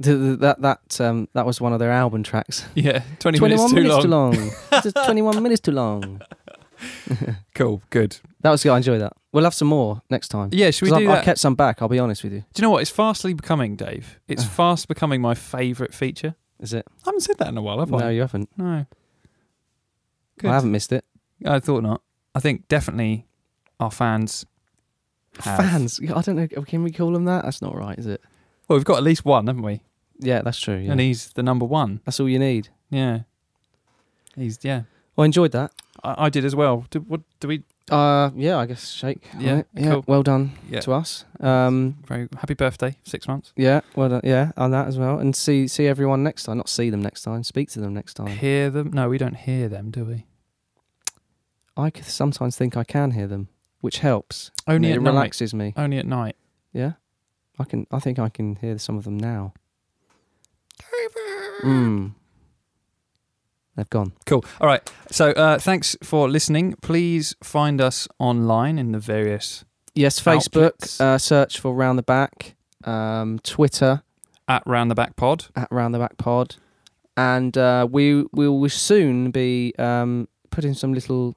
Speaker 2: Th- th- that that um that was one of their album tracks.
Speaker 1: Yeah, 20
Speaker 2: 21
Speaker 1: minutes, too, long.
Speaker 2: minutes too long. Just 21 minutes too long.
Speaker 1: Cool, good.
Speaker 2: That was good. I enjoyed that. We'll have some more next time.
Speaker 1: Yeah, should
Speaker 2: 'Cause
Speaker 1: we do
Speaker 2: Mm. I,
Speaker 1: that?
Speaker 2: I kept some back. I'll be honest with you.
Speaker 1: Do you know what? It's fastly becoming, Dave. It's fast becoming my favourite feature.
Speaker 2: Is it?
Speaker 1: I haven't said that in a while, have
Speaker 2: no,
Speaker 1: I?
Speaker 2: you haven't.
Speaker 1: No. Good.
Speaker 2: I haven't missed it.
Speaker 1: I thought not. I think definitely our fans have.
Speaker 2: Fans. I don't know. Can we call them that? That's not right, is it?
Speaker 1: Well, we've got at least one, haven't we?
Speaker 2: Yeah, that's true. Yeah.
Speaker 1: And he's the number one.
Speaker 2: that's all you need.
Speaker 1: Yeah. He's yeah.
Speaker 2: Well, I enjoyed that.
Speaker 1: I, I did as well. Do, what do we?
Speaker 2: Uh, yeah, I guess shake.
Speaker 1: Yeah,
Speaker 2: Right. yeah.
Speaker 1: cool.
Speaker 2: Well done
Speaker 1: Yeah.
Speaker 2: to us. Um,
Speaker 1: Very happy birthday. Six months.
Speaker 2: Yeah, well, done. yeah, on that as well, and see see everyone next time. Not see them next time. Speak to them next time.
Speaker 1: Hear them? No, we don't hear them, do we?
Speaker 2: I c- sometimes think I can hear them, which helps. and
Speaker 1: Only
Speaker 2: it
Speaker 1: at night. Uh,
Speaker 2: relaxes me.
Speaker 1: Only at night.
Speaker 2: Yeah, I can. I think I can
Speaker 1: Hmm.
Speaker 2: hear some of them now. Mm. Hmm. They've gone.
Speaker 1: Cool. All right. So uh, thanks for listening. Please find us online in the various
Speaker 2: Yes,
Speaker 1: Outlets.
Speaker 2: Facebook. Uh, search for Round the Back. Um, Twitter
Speaker 1: at Round the Back Pod.
Speaker 2: at Round the Back Pod, and uh, we we will soon be um, putting some little.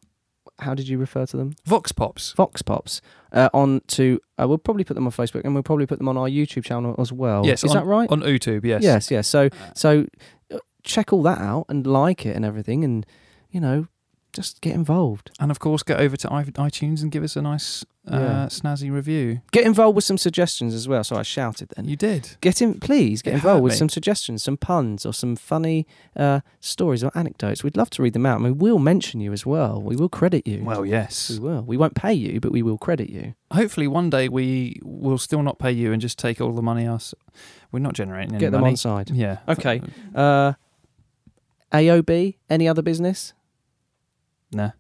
Speaker 2: How did you refer to them?
Speaker 1: Vox Pops.
Speaker 2: Fox Pops uh, on to. Uh, we'll probably put them on Facebook, and we'll probably put them on our YouTube channel as well.
Speaker 1: Yes,
Speaker 2: Oh. is that right?
Speaker 1: On YouTube, yes.
Speaker 2: yes, yes. So so uh, check all that out and like it and everything, and you know just get involved.
Speaker 1: And of course, get over to i- iTunes and give us a nice uh,
Speaker 2: Yeah.
Speaker 1: snazzy review.
Speaker 2: Get involved with some suggestions as well. So I shouted then.
Speaker 1: And you did.
Speaker 2: Get in, please get
Speaker 1: It hurt
Speaker 2: involved with
Speaker 1: me.
Speaker 2: some suggestions, some puns, or some funny uh, stories or anecdotes. We'd love to read them out, and we will mention you as well. We will credit you.
Speaker 1: Well,
Speaker 2: we
Speaker 1: yes.
Speaker 2: will. We won't pay you, but we will credit you.
Speaker 1: Hopefully, one day we will still not pay you and just take all the money. Us, we're not generating any
Speaker 2: Get them
Speaker 1: money.
Speaker 2: on side.
Speaker 1: Yeah.
Speaker 2: Okay. Uh, AOB, any other business?
Speaker 1: Nah.